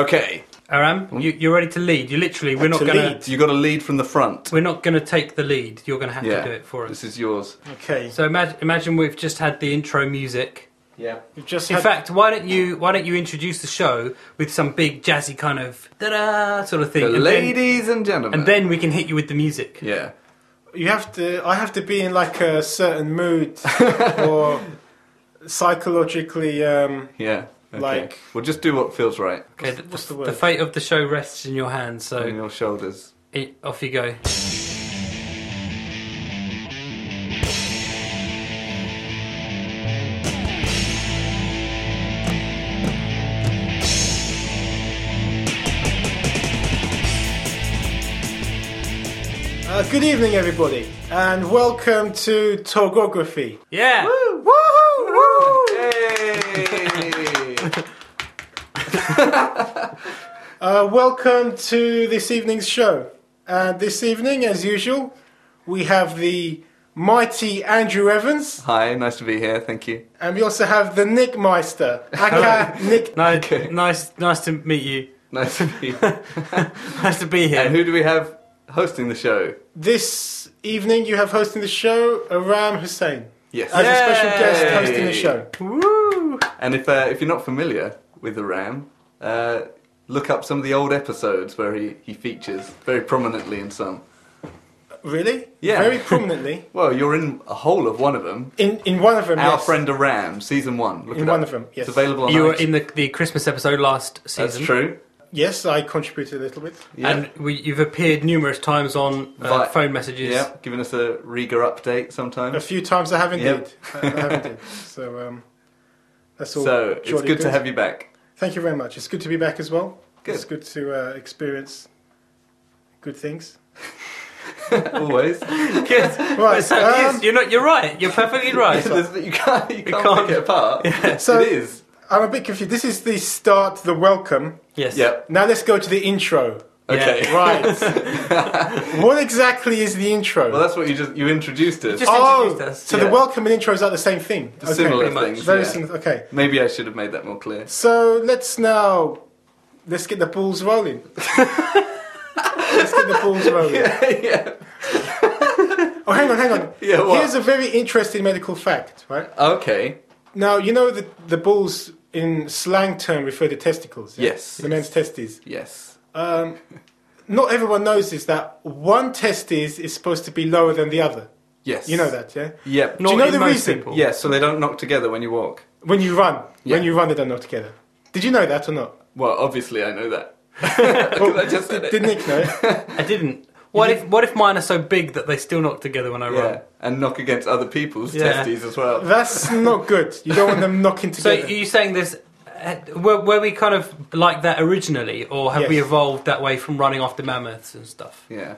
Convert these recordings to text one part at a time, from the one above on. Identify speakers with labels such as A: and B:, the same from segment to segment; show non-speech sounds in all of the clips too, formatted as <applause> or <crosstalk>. A: Okay.
B: Aram, you, you're ready to lead. You literally, we're not
C: To
B: going
C: lead.
B: to,
A: You got to lead from the front.
B: we're not going to take the lead. You're going to have
A: yeah.
B: to do it for us.
A: This is yours.
C: Okay.
B: So imagine, imagine we've just had the intro music.
A: Yeah.
C: We've just
B: In
C: had
B: fact, why don't you why don't you introduce the show with some big jazzy kind of da-da sort of thing,
A: The
B: and then,
A: ladies and gentlemen.
B: and then we can hit you with the music.
A: Yeah.
C: you have to i have to be in like a certain
B: <laughs>
C: mood or psychologically um
A: Yeah. Okay.
C: Like-
A: We'll just do what feels right.
B: Okay, the,
C: what's the
B: the,
C: word?
B: fate of the show rests in your hands. So
A: On your shoulders.
B: it, off you go.
C: uh, good evening everybody and welcome to togography
B: Yeah.
A: Woo! Woo! Yay!
C: uh, welcome to this evening's show and this evening as usual we have the mighty andrew evans
A: Hi, nice to be here. Thank you.
C: and we also have the
B: <laughs>
C: nick meister aka nick
B: Ni-
A: Okay.
B: Nice, nice to meet you. <laughs>
A: Nice to be here.
B: Nice to be here.
A: and who do we have hosting the show?
C: this evening you have hosting the show aram hussein
A: Yes.
C: as a special
B: Yay.
C: guest hosting the show
B: Woo!
A: And if uh, if you're not familiar with the Ram, uh, look up some of the old episodes where he, he features very prominently in some.
C: really
A: Yeah.
C: very prominently
A: Well, you're in a whole of one of them.
C: in in one of them
A: Our
C: yes.
A: friend the Ram, season one. Look
C: In
A: it
C: one
A: up.
C: of them, yes.
A: It's available on.
B: You were
A: iTunes.
B: in the, the Christmas episode last season.
A: That's true.
C: Yes, I contributed a little bit.
A: Yeah.
B: And we, you've appeared numerous times on uh,
A: Vi-
B: phone messages.
A: yeah, giving us a Riga update
C: A
A: sometimes.
C: few times I have indeed.
A: Yep.
C: I, I have
A: <laughs>
C: indeed. So um, that's all.
A: So it's
C: jolly
A: good, to have you back. <laughs>
C: Thank you very much. It's good to be back as well.
A: Good.
C: It's good to uh, experience good things.
A: Always.
B: <laughs> Yes.
C: <laughs>
A: <laughs>
C: Right.
B: So,
C: um,
B: yes, you're not. You're right. You're perfectly <laughs> right.
A: There's- you can't, you can't,
B: can't.
A: pick it
B: <laughs>
A: apart.
C: So-
A: it is.
C: I'm a bit confused. This is the start, the welcome.
B: Yes.
A: Yep.
C: Now let's go to the intro.
A: Okay. <laughs>
C: Right. what exactly is the intro?
A: Well, that's what you just you introduced us.
B: Just-
C: oh,
B: introduced us.
C: so
A: Yeah.
C: the welcome and intros are the same thing. Okay.
A: similar
B: pretty much.
A: things.
C: Very
A: yeah.
C: similar. Okay.
A: Maybe I should have made that more clear. <laughs>
C: So let's now let's get the balls
A: <laughs>
C: rolling. let's get the balls rolling.
A: yeah.
C: Oh, hang on, hang on.
A: Yeah, what?
C: Here's a very interesting medical fact, right?
A: Okay.
C: Now you know the the balls in slang term refer to testicles. yeah?
A: Yes.
C: the men's testes.
A: Yes.
C: Um, not everyone knows is that one testes is supposed to be lower than the other.
A: Yes.
C: You know that, yeah?
A: Yep.
B: Not
C: you know
B: in
C: the
B: most
C: reason?
B: people.
A: Yeah, so they don't knock together when you walk.
C: When you run,
A: Yeah.
C: when you run, they don't know together. Did you know that or not?
A: Well, obviously I know that. <laughs> 'Cause I just said it.
C: Did Nick know? it?
B: I didn't. What if what if mine are so big that they still knock together when I run?
A: Yeah. And knock against other people's
B: Yeah.
A: testes as well.
C: That's not good. You don't want them knocking
B: So
C: together.
B: are you saying this? uh, Were, were we kind of like that originally, or have we
C: Yes.
B: evolved that way from running after mammoths and stuff?
A: Yeah.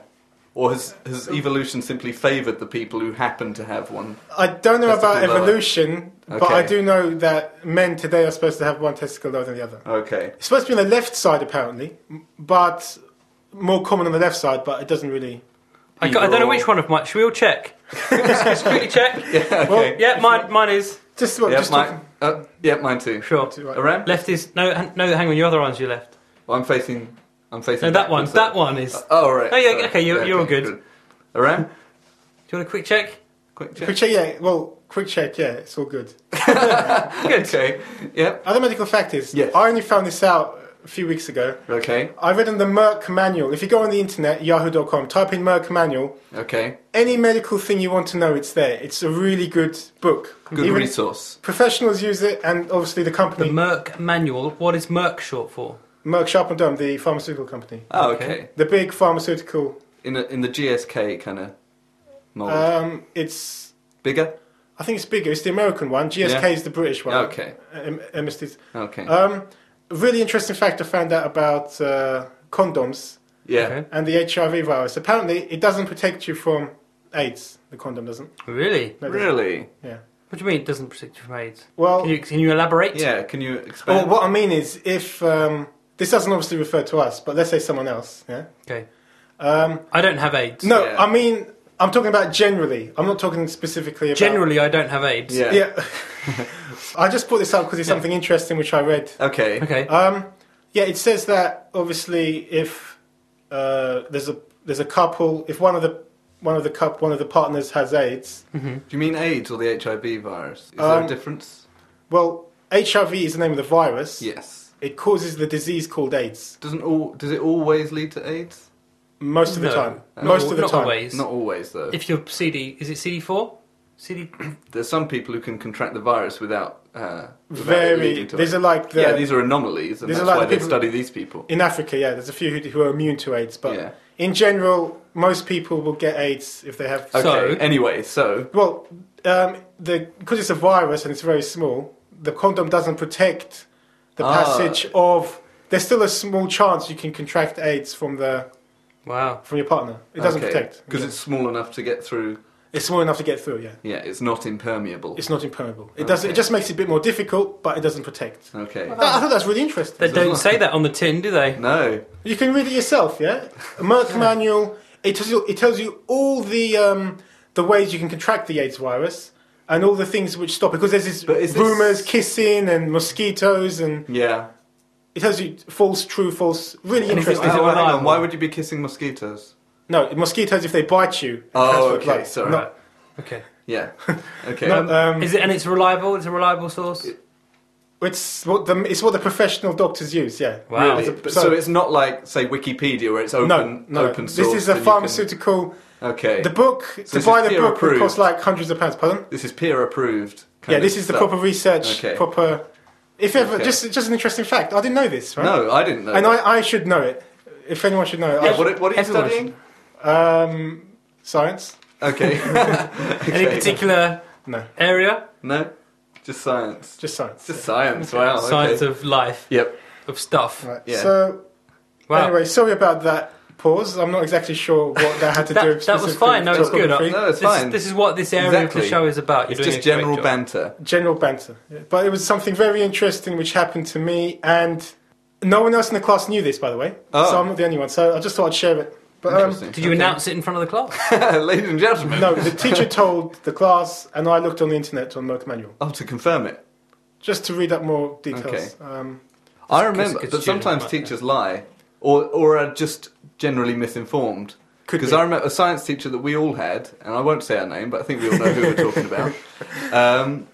A: Or has, has evolution simply favoured the people who happen to have one?
C: I don't know
A: Testicle
C: about
A: lower.
C: evolution, but
A: Okay.
C: I do know that men today are supposed to have one testicle lower than the other.
A: Okay. <laughs>
C: It's supposed to be on the left side, apparently, m- but more common on the left side, but it doesn't really.
B: I, ca- I don't know which one of mine. Should we all check? <laughs> just, just quickly check. Yeah,
C: Okay.
B: mine, mine is
C: just well,
A: Yep,
C: just
A: mine,
C: talking-
A: uh, yep, mine too.
B: sure.
C: Right.
A: Around?
B: Left is no, h- no. Hang on, your other one's your left.
A: Well, I'm facing. I'm facing.
B: No, that one.
A: backwards, so-
B: That one is.
A: Oh, right.
B: Oh, yeah,
A: sorry.
B: okay, you-
A: Yeah,
B: you're all good.
A: Around?
B: Do you want a quick check? <laughs>
A: Quick
C: Quick
A: check.
C: check, yeah. Well, quick check, yeah. It's all good.
B: Good.
A: Okay. Yep.
C: Other medical fact is,
A: Yes.
C: I only found this out a few weeks ago.
A: Okay.
C: I read in the Merck manual. If you go on the internet, yahoo.com, type in Merck manual.
A: Okay.
C: Any medical thing you want to know, it's there. It's a really good book.
A: Good
C: Even
A: resource.
C: Professionals use it, and obviously the
B: The
C: company
B: Merck manual. What is Merck short for?
C: Merck Sharp and Dunn, the pharmaceutical company,
A: Oh,
B: Okay.
A: okay.
C: the big pharmaceutical.
A: In a, in the GSK kind of mold.
B: Uh,
C: Um, it's
A: Bigger?
C: I think it's bigger. It's the American one. GSK
A: Yeah.
C: is the British one.
A: Okay.
C: Um, MST's.
A: Okay.
B: Uh,
C: Um, really interesting fact I found out about uh, condoms
A: yeah.
B: Okay.
C: and the HIV virus. Apparently, it doesn't protect you from AIDS. The condom doesn't.
B: Really?
C: No, it doesn't.
A: Really?
C: Yeah.
B: What do you mean it doesn't protect you from AIDS?
C: Well,
B: Can you, can you elaborate?
A: Yeah. Can you
B: Oh,
C: well,
A: expand?
C: what I mean is, if um, this doesn't obviously refer to us, but let's say someone else. Yeah.
B: Okay.
C: Um,
B: I don't have AIDS.
C: no,
A: Yeah.
C: I mean I'm talking about generally. I'm not talking specifically about
B: Generally, I don't have AIDS.
A: yeah.
C: <laughs> Yeah. I just brought this up because it's something interesting which I read.
A: Okay.
B: Okay.
C: Um, Yeah, it says that obviously if uh, there's a there's a couple, if one of the one of the cup one of the partners has AIDS,
A: Do you mean AIDS or the HIV virus? Is there
C: Um,
A: a difference?
C: well, HIV is the name of the virus.
A: Yes.
C: It causes the disease called AIDS
A: Doesn't all does it always lead to AIDS?
C: most of the
B: No,
C: time.
B: not
C: most
B: al-
C: of the
B: not
C: time.
B: always.
A: Not always though.
B: If your CD is it CD four, CD
A: There's some people who can contract the virus without. Uh, without it
C: Very.
A: leading to
C: These
A: it.
C: are like the
A: yeah, these are anomalies, and
C: these are
A: that's
C: like
A: why
C: the
A: they
C: people-
A: study these people.
C: in Africa. Yeah, there's a few who, who are immune to AIDS, but
A: Yeah.
C: in general, most people will get AIDS if they have.
A: Okay.
B: So-
A: anyway, so
C: Well, um, the because it's a virus and it's very small, the condom doesn't protect the
A: Ah.
C: passage of. There's still a small chance you can contract AIDS from the
B: Wow.
C: from your partner. It doesn't protect
A: because
C: Yeah.
A: it's small enough to get through.
C: It's small enough to get through. Yeah,
A: Yeah, it's not impermeable.
C: it's not impermeable. It doesn't. It
A: Okay.
C: just makes it a bit more difficult, but it doesn't protect.
A: okay.
C: That- I thought that's really
B: They
C: interesting.
B: don't say that on the tin, do they?
A: No.
C: You can read it yourself. Yeah, a Merck manual. It tells you. It tells you all the um, the ways you can contract the AIDS virus. And all the things which stop because there's
A: But is
C: this
A: this-
C: rumors, kissing, and mosquitoes, and
A: Yeah.
C: It tells you false, true, false. Really
B: And if
C: interesting.
B: it-
A: Oh, hang on.
B: reliable?
A: Why would you be kissing mosquitoes?
C: no, mosquitoes if they bite you. it
A: Oh,
C: transfer
A: okay,
C: blood.
A: sorry.
C: No,
B: Okay.
A: Yeah.
C: <laughs>
A: Okay.
C: No. Um,
B: is it and it's reliable? It's a reliable source.
C: it's what the it's what the professional doctors use. Yeah.
B: wow.
A: Really?
C: a-
A: But-
C: so-
A: so, it's not like say Wikipedia where it's open
C: No, no.
A: open source.
C: this is a
A: and you can-
C: pharmaceutical.
A: Okay.
C: The book
A: this is
C: to buy the
A: peer
C: book would
A: approved.
C: cost like hundreds of pounds. Pardon?
A: This is peer approved.
C: yeah, this is the proper research.
A: Okay.
C: Proper. If ever,
A: Okay.
C: just just an interesting fact. I didn't know this, right?
A: No, I didn't know.
C: And
A: that.
C: I, I should know it. If anyone should know, it, I
A: yeah, what, what are you
B: Everyone
A: studying?
C: should- um, science? <laughs>
A: Okay. <laughs>
B: Any
A: Okay.
B: particular
C: No,
B: area?
A: No, just science.
C: just
A: It's
C: science.
A: just science. Wow. okay.
B: Science of life,
A: Yep.
B: of stuff.
C: Right.
A: Yeah.
C: So
B: Wow.
C: Anyway, sorry about that pause. I'm not exactly sure what that
B: <laughs>
C: had to do.
B: that, that was
C: specifically
B: fine. No,
C: with
B: it's good.
C: geography.
A: No, it's
B: this,
A: fine.
B: This is what this area
A: Exactly.
B: of the show is about. You're
A: It's
B: doing
A: just
B: a great
A: general
B: job.
A: banter.
C: General banter, but it was something very interesting which happened to me, and no one else in the class knew this, by the way.
A: Oh.
C: So I'm not the only one. So I just thought I'd share it. But um,
A: Interesting.
B: Did you
A: Okay.
B: announce it in front of the class?
A: <laughs> ladies and gentlemen?
C: no, the teacher told the class, and I looked on the internet on Merck Manual
A: Oh, to confirm it.
C: just to read up more details.
A: Okay.
C: Um,
A: I remember
B: good
A: that
B: student,
A: sometimes
B: right,
A: teachers lie, or or are just generally misinformed.
C: Could
A: Because
C: be.
A: I remember a science teacher that we all had, and I won't say her name, but I think we all know who we're talking
C: <laughs>
A: about. Um,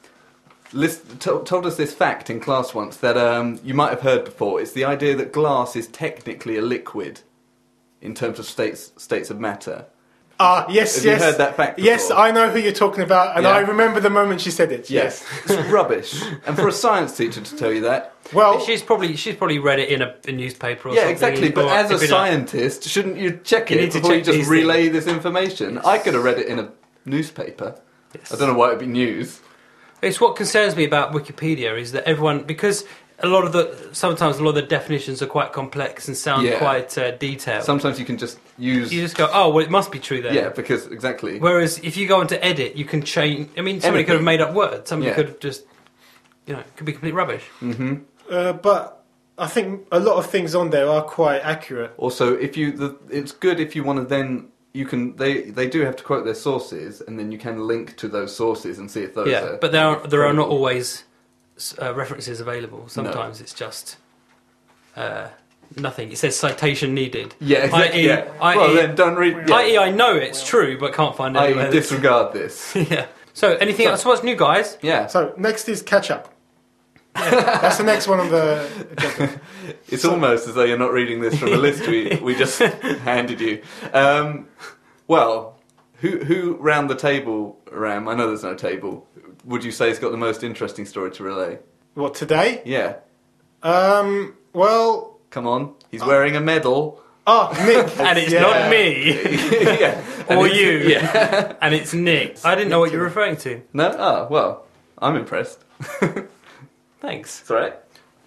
A: list, to, told us this fact in class once that um, you might have heard before. It's the idea that glass is technically a liquid in terms of states states of matter.
C: Ah, yes,
A: Have you
C: yes.
A: heard that fact
C: Yes,
A: before?
C: I know who you're talking about, and
A: Yeah.
C: I remember the moment she said it. Yes.
A: it's rubbish. And for a science teacher to tell you that,
C: Well,
B: she's probably she's probably read it in a, a newspaper or
A: yeah,
B: something.
A: exactly. But
B: or
A: as a
B: it'd be like-
A: scientist, shouldn't you check
B: You
A: it
B: need to
A: before you
B: check
A: just
B: these
A: relay this information? I could have read it in a newspaper. I don't know why it'd be news.
B: It's what concerns me about Wikipedia is that everyone because a lot of the sometimes a lot of the definitions are quite complex and sound
A: Yeah.
B: quite uh, detailed.
A: Sometimes you can just use
B: you just go, oh well, it must be true then.
A: yeah, because exactly.
B: Whereas if you go into edit, you can change. I mean, somebody could have
A: Anything.
B: made up words. Somebody
A: Yeah.
B: could have just, you know, it could be complete rubbish.
C: uh, but I think a lot of things on there are quite accurate.
A: Also, if you the, it's good if you want to then you can they they do have to quote their sources and then you can link to those sources and see if those
B: yeah,
A: are
B: but there are there are not always uh, references available. Sometimes it's just uh, nothing. It says citation needed.
A: yeah exactly
B: I.e.,
A: yeah.
B: I.e.,
A: well then don't read yeah.
B: I.e., E, I E know it's true, but can't find
A: I E
B: anywhere. that's-
A: disregard this
B: <laughs> yeah. So anything
A: So-
B: else? What's new, guys?
A: yeah
C: So next is
A: <laughs>
C: catch up. That's the next one on the agenda.
A: It's almost as though you're not reading this from a list we, we just handed you. Um, well, who who round the table, Ram? I know there's no table. Would you say has got the most interesting story to relay?
C: What today?
A: Yeah,
C: Um. Well.
A: come on. He's wearing a medal. <laughs>
C: Oh, Nick.
B: And it's
C: Yeah.
B: not me
A: yeah. And
B: or
A: it's-
B: you.
A: <laughs> Yeah.
B: And it's Nick. I didn't know what you were referring to.
A: No. Oh well, I'm impressed.
B: Thanks.
A: It's all right.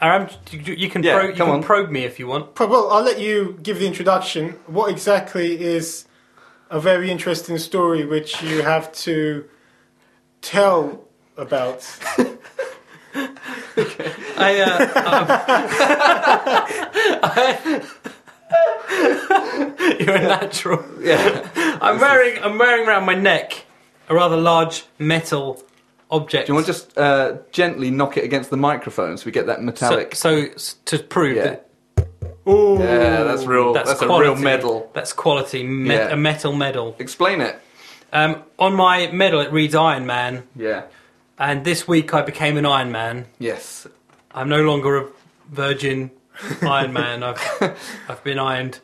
B: Aram, you you can,
A: Yeah,
B: probe, you
A: come
B: can
A: on.
B: probe me if you want.
C: Pro- Well, I'll let you give the introduction. What exactly is a very interesting story which you have to tell about?
B: I, uh,
A: um,
B: <laughs>
A: <laughs>
B: I- <laughs> you're a natural.
A: Yeah.
B: I'm wearing I'm wearing around my neck a rather large metal object.
A: Do you want to just uh, gently knock it against the microphone so we get that metallic?
B: So, so s- to prove
A: Yeah.
B: that
C: Ooh.
A: Yeah, that's real. That's, a real medal.
B: That's quality. Me-
A: Yeah.
B: A metal medal.
A: Explain it.
B: Um, on my medal, it reads Iron Man.
A: Yeah.
B: And this week, I became an Iron Man.
A: Yes.
B: I'm no longer a virgin
A: <laughs>
B: Iron Man. I've I've been ironed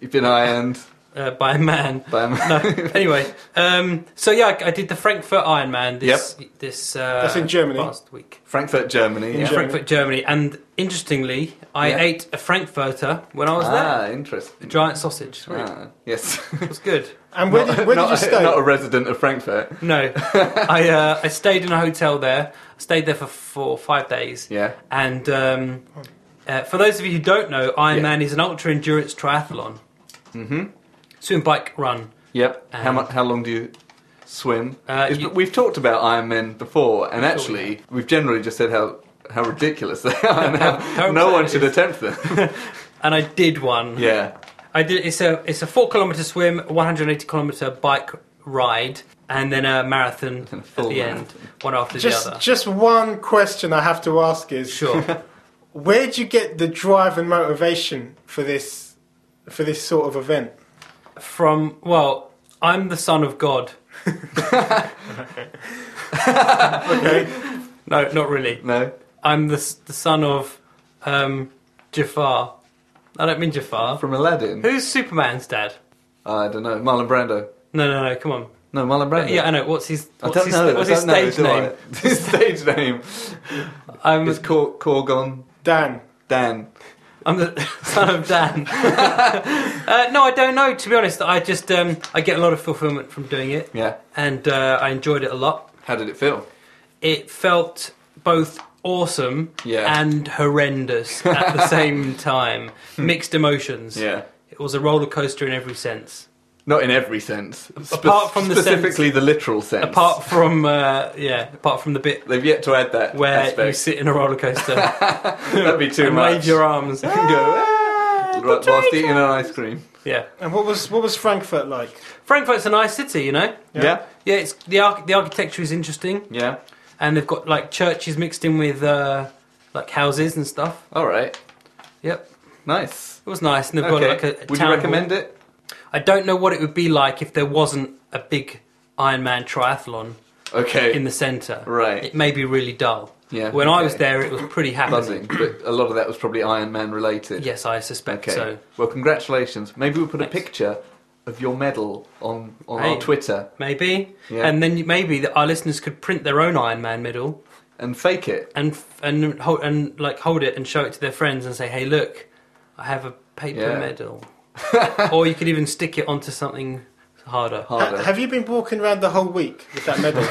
A: You've been ironed
B: uh, by
A: <laughs>
B: a man.
A: by a man.
B: No, anyway, um, so yeah, I, I did the Frankfurt Iron Man this this uh,
C: That's in Germany.
B: last week.
A: Frankfurt, Germany.
C: In
A: yeah.
C: Germany.
B: Frankfurt, Germany, and interestingly, I
A: Yeah.
B: ate a Frankfurter when I was there.
A: ah,
B: A
A: interesting.
B: giant sausage.
A: Ah, yes.
B: It was good.
C: And <laughs> where,
A: not,
C: did, where did
A: not
C: you
A: a-
C: stay?
A: not a resident of Frankfurt. <laughs>
B: No, I uh, I stayed in a hotel there. I stayed there for four or five days.
A: Yeah.
B: And um, uh, for those of you who don't know, Ironman
A: Yeah.
B: is an ultra endurance triathlon,
A: Mm-hmm.
B: swim, bike, run.
A: Yep. how
B: Um,
A: much? How long do you swim?
B: Uh,
A: It's-
B: you-
A: we've talked about Iron Men before, and
B: Sure,
A: actually, we've generally just said how how ridiculous they are, and how
B: <laughs> How
A: no one
B: absurd
A: should
B: it is.
A: attempt them.
B: <laughs> And I did one.
A: yeah.
B: I did. It's a it's a four kilometer swim, one hundred eighty kilometer bike ride, and then a marathon
A: And a
B: at
A: full
B: the
A: marathon.
B: end, one after the
C: Just,
B: other.
C: just one question I have to ask is
A: <laughs>
B: Sure.
C: where'd you get the drive and motivation for this for this sort of event?
B: From well, I'm the son of God. <laughs>
C: Okay,
B: No, not really.
A: No.
B: I'm the s- the son of um, Jafar. I don't mean Jafar.
A: From Aladdin.
B: Who's Superman's dad?
A: I don't know. Marlon Brando.
B: No, no, no. Come on.
A: No, Marlon Brando.
B: Uh, Yeah, I know. What's his?
A: I
B: What's
A: don't
B: his,
A: know.
B: What's
A: I
B: his
A: don't know,
B: stage
A: do I?
B: name?
A: <laughs> His stage
B: <laughs>
A: name
B: I'm
A: is Cor- Corgon
C: Dan.
A: Dan.
B: I'm the <laughs> son
A: <laughs>
B: of Dan. uh, no, I don't know. To be honest, I just um, I get a lot of fulfillment from doing it,
A: Yeah.
B: and uh, I enjoyed it a lot.
A: How did it feel?
B: It felt both awesome
A: Yeah.
B: and horrendous
A: <laughs>
B: at the same time. Mixed emotions.
A: Hmm. Yeah.
B: It was a roller coaster in every sense.
A: Not in every sense.
B: Apart from the sense-
A: specifically the literal sense.
B: Apart from uh, yeah, apart from the bit
A: They've yet to add that
B: where you
A: aspect.
B: sit in a roller
A: <laughs>
B: coaster
A: That'd be too
B: and
A: much.
B: wave
A: <laughs>
B: your arms.
A: You can go "Ah," right, whilst eating an ice cream.
B: yeah,
C: And what was what was Frankfurt like?
B: Frankfurt's a nice city, you know.
C: Yeah.
A: Yeah,
B: Yeah, it's the arch- the architecture is interesting.
A: yeah.
B: and they've got like churches mixed in with uh, like houses and stuff.
A: All right,
B: Yep,
A: nice.
B: it was nice, and they've
A: Okay.
B: got like a, a
A: Would
B: town
A: you
B: hall.
A: recommend it?
B: I don't know what it would be like if there wasn't a big Ironman triathlon
A: Okay.
B: in the centre.
A: right.
B: It may be really dull.
A: yeah.
B: When I was
A: okay.
B: there, it was pretty
A: buzzing,
B: happening.
A: but a lot of that was probably Iron Man related.
B: Yes, I suspect
A: Okay.
B: so.
A: Well, congratulations. Maybe we'll put
B: Thanks.
A: a picture of your medal on on
B: Hey.
A: our Twitter
B: Maybe,
A: Yeah.
B: and then you- maybe that our listeners could print their own Ironman medal
A: and fake it.
B: and f- and hold and like hold it and show it to their friends and say, "Hey, look, I have a paper
A: Yeah.
B: medal."
A: <laughs>
B: or you could even stick it onto something harder.
C: Ha-
A: Harder.
C: have you been walking around the whole week with
A: <laughs>
C: that medal,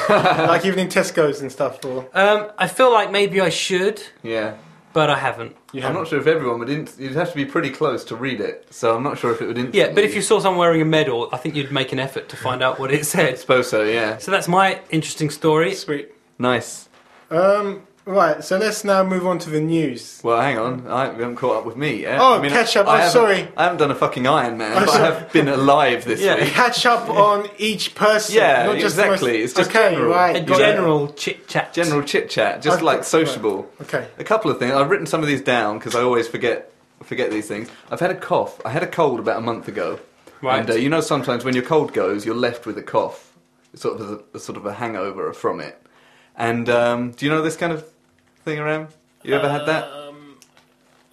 C: like even in Tesco's and stuff? Or
B: Um, I feel like maybe I should,
A: yeah.
B: but I haven't.
C: you
A: I'm
C: haven't?
A: not sure if everyone would. Inst- you'd have to be pretty close to read it, so I'm not sure if it would. Instantly...
B: Yeah, but if you saw someone wearing a medal, I think you'd make an effort to find out what it <laughs>
A: I
B: said.
A: suppose so. Yeah.
B: So that's my interesting story.
C: Sweet.
A: Nice.
C: Um, right. So let's now move on to the news.
A: Well, hang on. I we haven't caught up with me yet.
C: Oh,
A: I mean,
C: catch up.
A: I
C: I'm
A: haven't-
C: sorry.
A: I haven't done a fucking Iron Man,
C: I'm
A: but
C: sorry.
A: I have been alive this
B: Yeah.
A: week. <laughs>
C: Catch up on each person.
A: Yeah,
C: not just the most-
A: exactly. It's just
C: okay,
A: general.
B: A
C: right.
A: Got it.
B: general chit chat.
A: General chit chat, just
C: Okay.
A: like sociable.
C: Okay.
A: A couple of things. I've written some of these down because I always forget forget these things. I've had a cough. I had a cold about a month ago.
B: Right.
A: And uh, you know, sometimes when your cold goes, you're left with a cough, It's sort of a, a sort of a hangover from it. And um, do you know this kind of thing around? You ever had that?
B: Uh,
C: Um,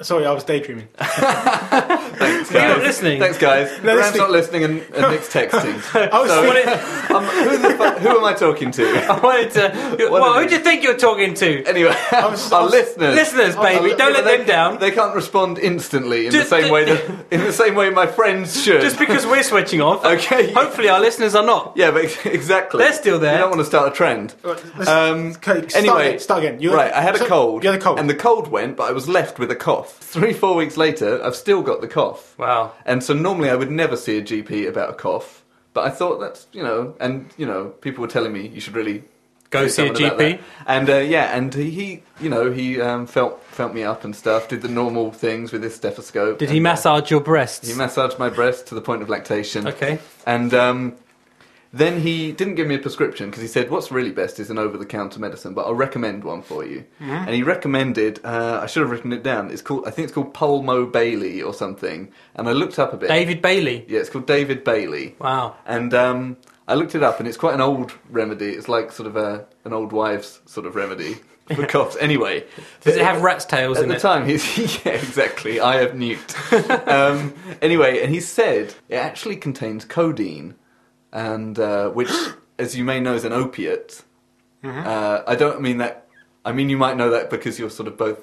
C: sorry, I was
A: <laughs>
C: daydreaming.
A: Thanks,
B: You're
A: guys.
B: not listening.
A: Thanks, guys.
C: No,
A: Graham's
C: listening.
A: not listening, and, and Nick's texting.
B: <laughs>
C: I was
A: So-
C: thinking-
A: <laughs> um, who, the fu- who am I talking to? <laughs>
B: I wanted to.
A: What
B: well,
A: are
B: who
A: they?
B: do you think you're talking to?
A: Anyway,
C: s-
A: our
C: I'm s-
A: listeners.
B: Listeners, baby,
A: Our-
B: don't
A: yeah,
B: let
A: Oh, they-
B: them down.
A: They can't respond instantly in
B: Just-
A: the same way
B: <laughs>
A: that in the same way my friends should.
B: Just because we're switching off.
A: <laughs> okay.
B: Hopefully, our listeners are not.
A: Yeah, but ex- exactly.
B: They're still there.
A: You don't want to start a trend.
C: Let's-
A: Um,
C: okay, start
A: anyway,
C: again, start again. You-
A: right, I had a
C: so-
A: cold.
C: You had a cold.
A: And the cold went, but I was left with a cough. Three, four weeks later, I've still got the cough.
B: Wow.
A: And so normally I would never see a GP about a cough, but I thought that's, you know, and, you know, people were telling me you should really
B: Go see a
A: someone about
B: GP.
A: that. And uh, yeah, and he, he, you know, he um, felt felt me up and stuff, did the normal things with his stethoscope.
B: Did he
A: and, uh,
B: massage your breasts?
A: He massaged my breast to the point of lactation.
B: okay.
A: And um, Then he didn't give me a prescription because he said, "What's really best is an over-the-counter medicine, but I'll recommend one for you."
B: Mm-hmm.
A: And he recommended. Uh, I should have written it down. It's called. I think it's called Palmo Bailey or something. And I looked up a bit.
B: David Bailey.
A: Yeah, it's called David Bailey.
B: Wow.
A: And um, I looked it up, and it's quite an old remedy. It's like sort of a an old wives' sort of
B: <laughs>
A: remedy for coughs. Anyway,
B: Does it have rat's tails
A: at
B: in
A: the
B: it?
A: time, he's <laughs> yeah, exactly. I have
B: <laughs>
A: nuked. um, anyway, and he said it actually contains codeine, and uh,
B: <gasps>
A: which, as you may know, is an opiate.
B: Mm-hmm.
A: Uh, I don't mean that. I mean you might know that because you're sort of both.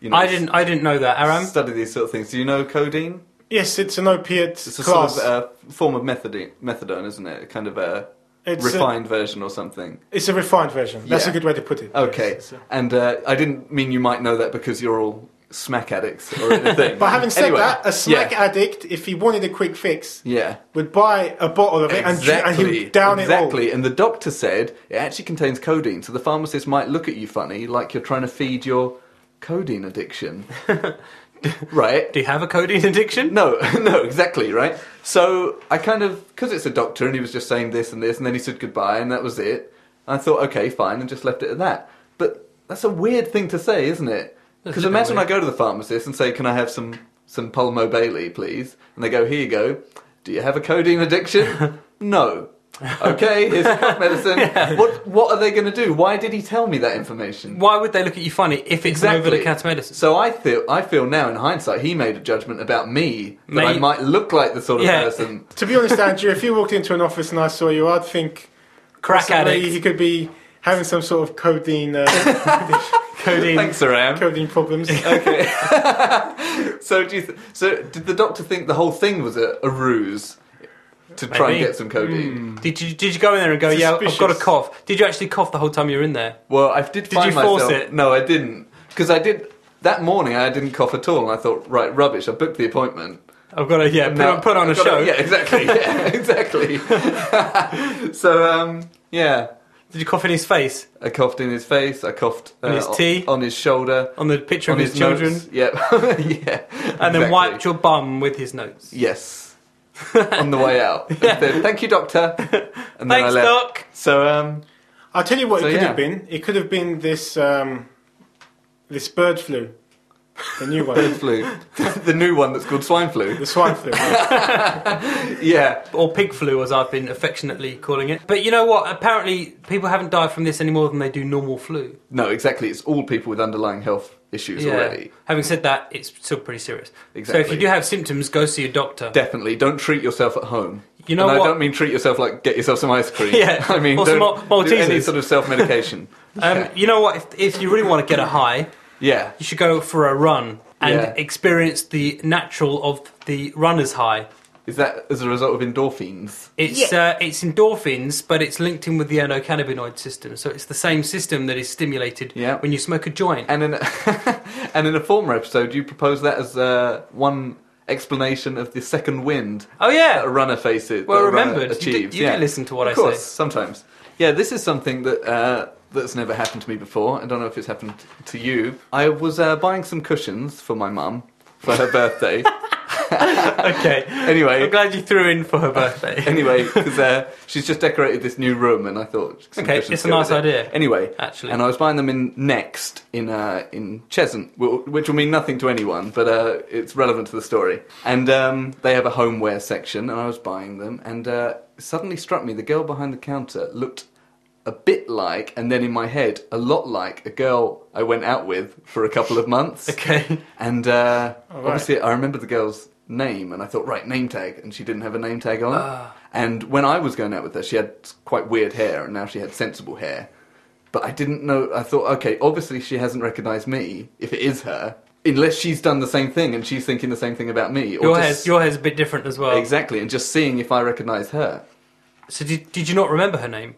A: You know,
B: I didn't. I didn't know that, Aram.
A: study these sort of things. Do you know codeine?
C: Yes, it's an opiate
A: It's a
C: class.
A: sort of uh, form of methadone, methadone, isn't it? A kind of a
C: It's a-
A: refined version or something.
C: it's a refined version. That's
A: Yeah.
C: a good way to put it.
A: Okay,
C: Yes, it's a-
A: and uh, I didn't mean you might know that because you're all smack addicts or anything.
C: <laughs> But having said
A: Anyway,
C: that, a smack
A: yeah,
C: addict, if he wanted a quick fix,
A: yeah.
C: would buy a bottle of it and dr- and, he would down
A: exactly.
C: it
A: And the doctor said it actually contains codeine, so the pharmacist might look at you funny, like you're trying to feed your codeine
C: <laughs>
A: addiction, right?
B: Do you have a codeine <laughs> addiction?
A: No, no, <laughs> exactly, right? So I kind of, because it's a doctor and he was just saying this and this, and then he said goodbye, and that was it. I thought, okay, fine, and just left it at that. But that's a weird thing to say, isn't it?
B: That's
A: Because
B: a bit
A: imagine I
B: weird.
A: go to the pharmacist and say, can I have some, some Palmo Bailey, please? And they go, here you go. Do you have a codeine addiction? no. Okay, here's cough medicine. What, what are they going to do? Why did he tell me that information?
B: Why would they look at you funny if it's an
A: Exactly.
B: over-the-counter medicine?
A: So I feel I feel now in hindsight he made a judgment about me that I
B: May-
A: might look like the sort of
B: Yeah. <laughs>
A: person.
C: all. To be honest, Andrew, if you walked into an office and I saw you, I'd think
B: Crack
C: possibly
B: addict.
C: he could be having some sort of
A: <laughs>
C: codeine, uh,
B: Codeine.
A: Thanks, Aram.
C: codeine problems.
A: Okay. so do you th- so did the doctor think the whole thing was a, a ruse to try
B: Maybe. Hmm.
A: and get some codeine?
B: Did you did you go in there and go, yeah, I've got a
C: Suspicious.
B: cough? Did you actually cough the whole time you were in there?
A: Well, I did.
B: Did
A: find
B: you force
A: myself-
B: it?
A: No, I didn't. Because I did that morning. I didn't cough at all, and I thought, right, rubbish. I booked the appointment.
B: I've got to yeah, put,
A: No,
B: on, put on a
A: I've got
B: show.
A: yeah,
B: <laughs>
A: exactly. Yeah, exactly. <laughs> so um, yeah.
B: Did you cough in his face
A: I coughed in his face. I coughed uh,
B: On his tea?
A: on his shoulder,
B: on the picture
A: on
B: of his,
A: his,
B: children,
A: notes. Yep. yeah. <laughs>
B: and then
A: exactly.
B: wiped your bum with his notes?
A: Yes. <laughs> on the way out, And said, "Thank you, doctor." And then I
B: Thanks,
A: left.
B: Doc.
A: So um,
C: I'll tell you what
A: So,
C: it could
A: yeah.
C: have been. It could have been this um, this bird flu, the new
A: bird <laughs>
C: one,
A: flu, the new one that's called swine flu.
C: the swine flu.
A: Yeah.
B: Or pig flu, as I've been affectionately calling it. But you know what? Apparently, people haven't died from this any more than they do normal flu.
A: No, exactly. It's all people with underlying health issues already.
B: Having said that, it's still pretty serious. So if
A: Exactly.
B: you do have symptoms, go see your doctor. Um,
A: Definitely, don't treat yourself at home.
B: You know
A: and
B: what?
A: I don't mean treat yourself like get yourself some ice cream.
B: <laughs> Yeah.
A: I mean
B: Or some
A: don't
B: Mal-
A: do any
B: Maltesers.
A: sort of self medication.
B: <laughs> um, you know what? If, if you really want to get a high,
A: yeah.
B: you should go for a run and
A: Yeah.
B: experience the natural of the runner's high.
A: Is that as a result of endorphins?
B: It's uh, it's endorphins, but it's linked in with the endocannabinoid system, so it's the same system that is stimulated
A: Yeah.
B: when you smoke a joint.
A: And in and in a <laughs> former episode, you proposed that as uh, one explanation of the second wind that
B: oh
A: a <laughs>
B: yeah,
A: runner faces.
B: well
A: that a runner
B: remembered. You, do, you
A: achieves.
B: do
A: yeah.
B: listen to what
A: of
B: I
A: course,
B: say.
A: sometimes. Yeah, this is something that uh, that's never happened to me before. I don't know if it's happened to you. I was uh, buying some cushions for my mum for her
B: <laughs>
A: birthday.
B: Okay, I'm
A: Anyway,
B: glad you threw in for her
A: <laughs>
B: birthday.
A: anyway, because uh, she's just decorated this new room, and I thought some
B: <laughs> Okay,
A: cushions
B: it's a
A: go
B: nice
A: with it.
B: idea.
A: Anyway,
B: Actually. <laughs>
A: and I was buying them in Next in uh, in Cheshunt, wh- which will mean nothing to anyone, but uh, it's relevant to the story. And um, they have a homeware section, and I was buying them, and uh, it suddenly struck me the girl behind the counter looked a bit like, and then in my head, a lot like a girl I went out with for a couple of months.
B: Okay,
A: And uh,
C: right.
A: obviously, I remember the girl's name, and I thought, right, name tag, and she didn't have a name tag on.
B: Ah.
A: And when I was going out with her, she had quite weird hair, and now she had sensible hair. But I didn't know. I thought, okay, obviously she hasn't recognised me. If it is her, unless she's done the same thing and she's thinking the same thing about me, <laughs> or
B: your
A: just,
B: hair's your hair's a bit different as well.
A: exactly, and just seeing if I recognise her.
B: So did, did you not remember her name?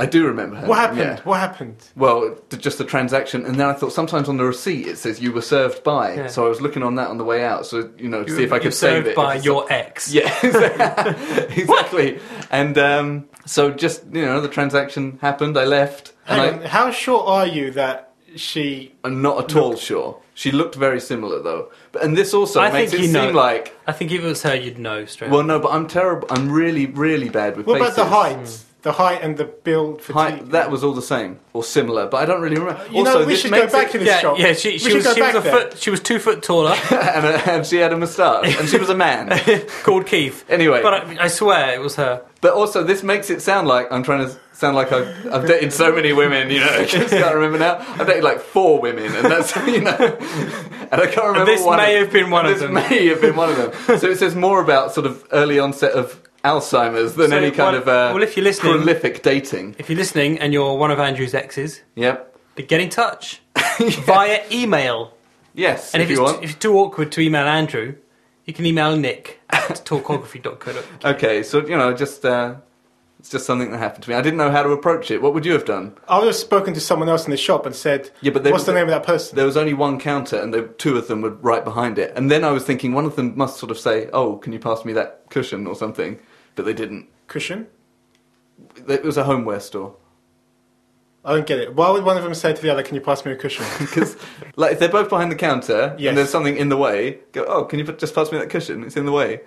A: I do remember her.
C: What
A: name,
C: happened?
A: yeah.
C: What happened?
A: Well, t- just the transaction, and then I thought sometimes on the receipt it says you were served by,
B: Yeah.
A: so I was looking on that on the way out, so you know, to
B: You
A: see if I
B: were
A: could save
B: served
A: it.
B: by
A: if it's-
B: your
A: <laughs>
B: ex.
A: Yeah,
C: <laughs>
A: exactly. and um, so just you know, the transaction happened. I left, and
C: Hang on,
A: I,
C: how sure are you that she?
A: I'm not at all sure. She looked very similar though, but and this also
B: I
A: makes
B: think
A: it
B: you
A: seem
B: know.
A: like
B: I think if it was her, you'd know straight.
A: well,
B: away.
A: no, but I'm terrible. I'm really, really bad with.
C: What about the
A: faces. Hmm.
C: height? The height and the build fatigue.
A: Height, that was all the same or similar, but I don't really remember.
C: You know,
A: also,
C: we
A: this
C: should go
A: makes
C: back
A: it,
C: to this
B: yeah,
C: shop.
B: yeah. She, she
C: We should
B: was
C: go
B: she was
C: back
B: a
C: there.
B: foot. She was two
A: <laughs>
B: foot taller,
A: and, uh, and she had a moustache, and she was a
C: <laughs>
A: man. <laughs>
B: called Keith.
A: Anyway,
B: But I, I swear it was her.
A: But also, this makes it sound like I'm trying to sound like I've, I've dated so many women. You know, <laughs> I just can't remember now. I've dated like four women, and that's <laughs> you know, and I can't remember.
B: this
A: one
B: may
A: of,
B: have been one
A: and
B: of
A: this
B: them.
A: may have been one of
B: <laughs>
A: them. So it says more about sort of early onset of Alzheimer's than
B: So
A: any kind
B: one-
A: of uh,
B: well, if you're listening-
A: prolific dating.
B: If you're listening and you're one of Andrew's exes,
A: Yep.
B: then get
A: <laughs>
B: in touch via email.
A: Yes,
B: And
A: if,
B: if,
A: you
B: it's,
A: want.
B: if it's too awkward to email Andrew, you can email Nick at <laughs> talkography.co.
A: okay, so you know, just uh, it's just something that happened to me. I didn't know how to approach it. What would you have done?
C: I would have spoken to someone else in the shop and said,
A: Yeah, but they-
C: "What's the name of that person?"
A: there was only one counter and the two of them were right behind it and then i was thinking one of them must sort of say oh can you pass me that cushion or something but they didn't
C: Cushion.
A: it was a homeware store
C: I don't get it. Why would one of them say to the other, "Can you pass me
A: <laughs>
C: a cushion?"
A: because like if they're both behind the counter
C: Yes.
A: and there's something in the way go oh can you p- just pass me that cushion it's in the way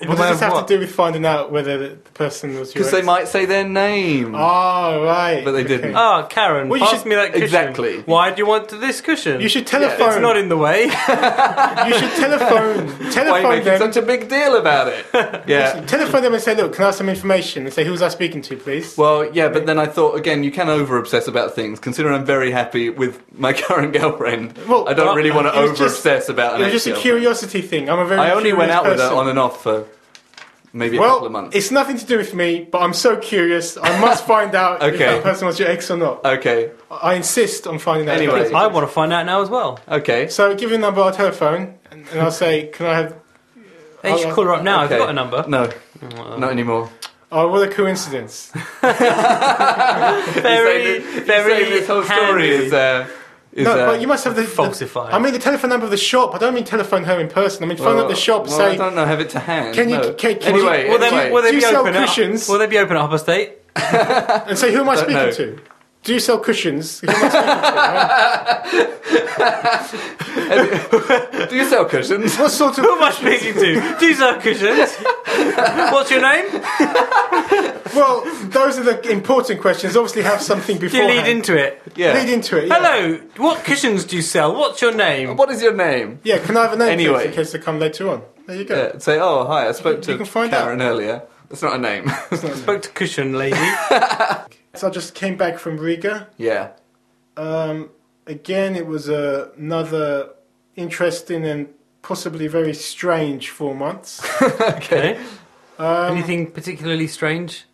C: what
A: matter
C: does this have
A: what.
C: to do with finding out whether the the person was your?
A: because they
C: ex?
A: might say their name
C: Oh, right.
A: But they
C: Okay.
A: didn't.
B: Oh, Karen,
C: Well, you
B: pass
C: should-
B: me that cushion.
A: Exactly.
B: Why do you want this cushion?
C: You should
A: Yeah, it's
C: telephone.
B: It's not in
A: <laughs>
B: the way.
C: you should telephone.
A: why are you
C: telephone
A: making
C: them.
A: such a big deal about
C: <laughs>
A: it yeah
C: telephone them and say, "Look, can I have some information?" And say, "Who was I speaking to, please?"
A: well, yeah, but then I thought again, you can over obsess about things. Considering I'm very happy with my <laughs> current girlfriend,
C: Well, uh,
A: I don't really want to
C: it was
A: over obsess about.
C: It
A: An
C: was just a
A: ex-girlfriend.
C: curiosity thing. I'm a very.
A: I only went
C: curious
A: out with her
C: person.
A: on and off for maybe a couple
C: Well,
A: of months.
C: it's nothing to do with me, but I'm so curious. I
A: <laughs>
C: must find out if
A: Okay.
C: that person was your ex or not.
A: Okay,
C: I I insist on finding out.
A: Anyway.
B: I want to find out now as well.
A: okay.
C: So give your number, I'll telephone, and, and I'll say, "Can I have?"
B: Hey, you should call her up now.
A: Oh, okay.
B: I've got a
A: <laughs>
B: number.
A: No,
B: Oh,
A: not anymore.
C: Oh, what a coincidence!
B: Very,
A: You say thi-
B: very
A: you say this whole story
B: handy.
A: is uh, is
C: no,
A: uh,
C: but you must have the the-
B: falsified.
C: I mean, the telephone number of the shop. I don't mean telephone her in person. I mean, phone
A: well,
C: up the shop.
A: Well, I
C: say,
A: don't know. Have it to hand.
C: Can you-
A: no.
C: can- can you-
A: anyway,
B: Will they,
A: anyway.
B: will they
C: Do you
B: be
C: sell
B: open at-
C: cushions?
B: Will they be open at half past eight?
C: and say, "Who am I
A: Don't
C: speaking
A: know.
C: to?" Do you sell cushions? <laughs> Who am I speaking
A: <laughs> do you sell cushions?
C: to? what sort of?
B: Who am I speaking to? Do you sell
C: <laughs>
B: cushions? What's your name?
C: Well, those are the important questions. Obviously, have something
B: Do you
C: beforehand.
B: lead into it?
A: Yeah.
C: Lead into it. Yeah.
B: Hello, what cushions do you sell? What's your name?
A: What is your name?
C: Yeah, can I have a name please,
A: Anyway.
C: in case they come later on? There you go.
A: Yeah, say, oh hi, I spoke to
C: You can find
A: Karen earlier. That's not a name. <laughs>
B: Spoke to cushion
C: <laughs>
B: lady.
C: So I just came back from Riga.
A: yeah.
C: Um, again, it was uh, another interesting and possibly very strange four months.
B: Okay.
C: Um,
B: Anything particularly strange?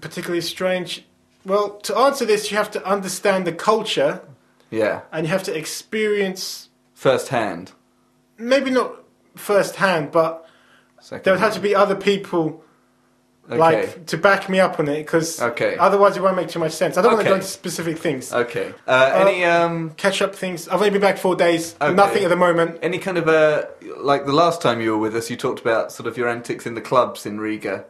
C: particularly strange. Well, to answer this, you have to understand the culture
A: Yeah.
C: and you have to experience,
A: First hand.
C: maybe not firsthand, but
A: Second.
C: there would have to be other people
A: okay.
C: like to back me up on it because
A: Okay.
C: otherwise it won't make too much sense. I don't want to
A: Okay.
C: go into specific things.
A: Okay. Uh, any um.
C: Catch up things. I've only been back four days.
A: Okay.
C: Nothing at the moment.
A: Any kind of uh, like the last time you were with us, you talked about sort of your antics in the clubs in Riga,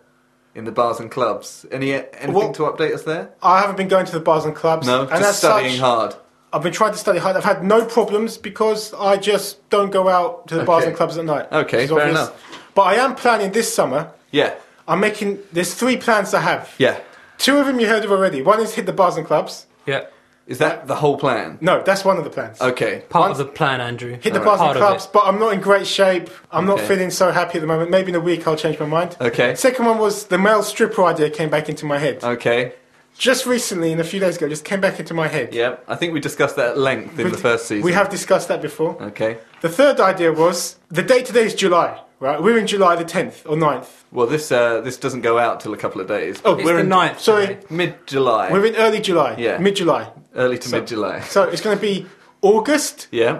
A: in the bars and clubs. Any uh, anything
C: Well-
A: to update us there?
C: I haven't been going to the bars and clubs.
A: No,
C: and as
A: just studying
C: such,
A: hard.
C: I've been trying to study hard. I've had no problems because I just don't go out to the bars
A: Okay.
C: and clubs at night.
A: Okay,
C: which is
A: fair
C: obvious.
A: enough.
C: But I am planning this summer.
A: Yeah,
C: I'm making. There's three plans I have.
A: yeah.
C: Two of them you heard of already. One is hit the bars and clubs.
B: Yeah.
A: Is that the whole plan?
C: No, that's one of the plans.
A: Okay.
B: Part
C: Once-
B: of the plan, Andrew.
C: Hit the
A: Alright.
C: bars and
B: Part of
C: clubs, but I'm not in great shape. I'm not
A: Okay.
C: feeling so happy at the moment. Maybe in a week I'll change my mind.
A: Okay.
C: Second one was the male stripper idea came back into my head.
A: Okay.
C: Just recently, and a few days ago, just came back into my head.
A: Yeah. I think we discussed that at length in the first season.
C: We have discussed that before.
A: Okay.
C: The third idea was the day today is July, right? We're in July the 10th or 9th.
A: Well, this uh, this doesn't go out till a couple of days.
C: Oh,
B: It's
C: we're
B: the
C: in
B: ninth.
C: sorry.
B: today.
A: Mid July,
C: We're in early July,
A: Yeah.
C: mid July.
A: early to
C: So-
A: mid July.
C: So it's going to be August,
A: Yeah.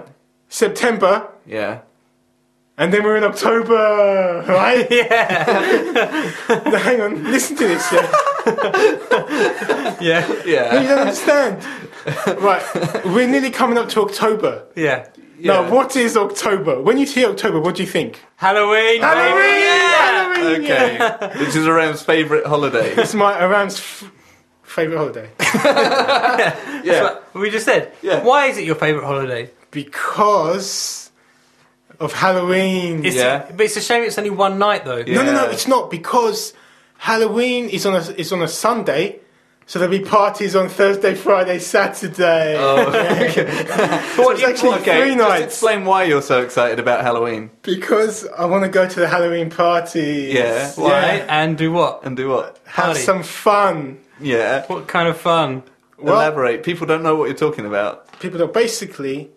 C: September, <laughs>
A: Yeah.
C: and then we're in October, right?
B: <laughs> Yeah.
C: No, <laughs> Hang on, listen to this, yeah?
B: Yeah.
C: No,
A: Yeah.
C: you don't understand. Right, we're nearly coming up to October.
B: Yeah.
A: Yeah.
C: Now, what is October? When you hear October, what do you think?
B: Halloween.
C: Halloween!
B: Yeah.
C: Halloween!
A: Okay.
C: yeah.
A: Which is Aram's favourite
C: <laughs>
A: holiday.
C: It's my Aram's f- favourite holiday.
A: Yeah.
B: That's what we just said.
A: Yeah.
B: Why is it your favourite holiday?
C: because of Halloween.
B: It's,
A: Yeah.
B: But it's a shame it's only one night though.
A: Yeah.
C: No, no, no, it's not because Halloween is on a is on a Sunday, so there'll be parties on Thursday, Friday, Saturday.
A: But
C: it's actually three nights.
A: Just explain why you're so excited about Halloween.
C: Because I want to go to the Halloween parties.
A: Yeah.
B: Why? And do what?
A: And do what?
C: Have
B: Party.
C: some fun.
A: Yeah.
B: What kind of um, fun?
C: Well-
A: Elaborate. People don't know what you're talking about.
C: People are basically.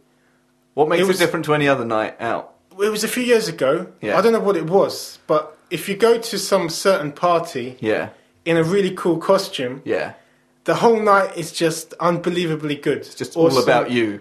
A: What makes
C: It
A: it,
C: was-
A: different to any other night out?
C: It was a few years ago.
A: Yeah.
C: I don't know what it was, but if you go to some certain party
A: Yeah.
C: in a really cool costume,
A: Yeah.
C: the whole night is just unbelievably good. It's
A: Just all about you.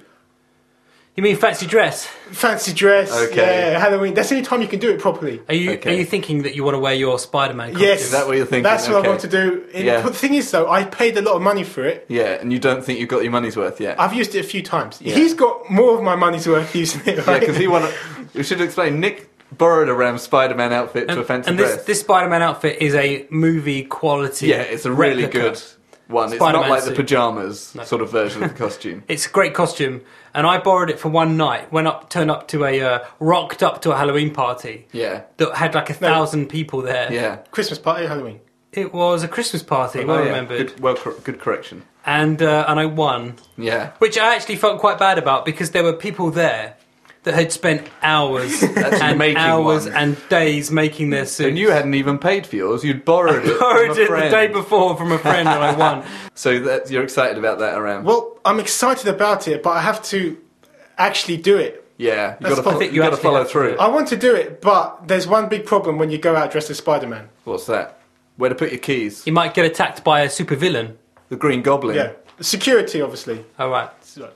B: You mean fancy dress?
C: Fancy dress.
A: Okay.
C: Yeah, Halloween. That's the only time you can do it properly.
B: Are you
A: Okay.
B: are you thinking that you want to wear your Spider-Man costume?
C: Yes.
A: Is that what you're thinking?
C: That's what
A: Okay.
C: I want to do. And
A: Yeah.
C: The thing is, though, I paid a lot of money for it.
A: Yeah, and you don't think you got your money's worth yet.
C: I've used it a few times.
A: Yeah.
C: He's got more of my money's worth using it.
A: Yeah,
C: Right? <laughs>
A: because he won. We should explain. Nick borrowed a Ram Spider-Man outfit to a fancy
B: and
A: dress.
B: this, this Spider-Man outfit is a movie quality.
A: yeah, it's a really
B: replica.
A: good one. it's not
B: Spider-Man
A: like the
B: suit.
A: pajamas
B: No.
A: sort of version of the costume.
B: <laughs> It's a great costume, and I borrowed it for one night. Went up, turned up to a uh, rocked up to a Halloween party
A: Yeah,
B: that had like a thousand people there.
A: yeah.
C: Christmas party, Halloween.
B: It was a Christmas party, well
A: Oh, yeah.
B: remembered,
A: Good, well, cor- good correction.
B: and uh, and I won,
A: Yeah,
B: which I actually felt quite bad about because there were people there that had spent
A: <laughs>
B: hours and
A: making
B: hours
A: one.
B: and days making their suits.
A: and you hadn't even paid for yours. You'd borrowed it.
B: borrowed
A: from a
B: it the
A: friend.
B: day before from a friend, and I <laughs> won.
A: So that you're excited about that, Aram?
C: Well, I'm excited about it, but I have to actually do it.
A: yeah, you
C: That's
A: got to
C: fine. I
A: follow,
B: think
A: you
B: you
A: got to
B: actually
A: follow
B: have to
A: through.
B: do
C: I want to do it, but there's one big problem when you go out dressed as Spider Man.
A: What's that? Where to put your keys?
B: You might get attacked by a supervillain.
A: The Green Goblin.
C: Yeah. Security, obviously.
B: All right.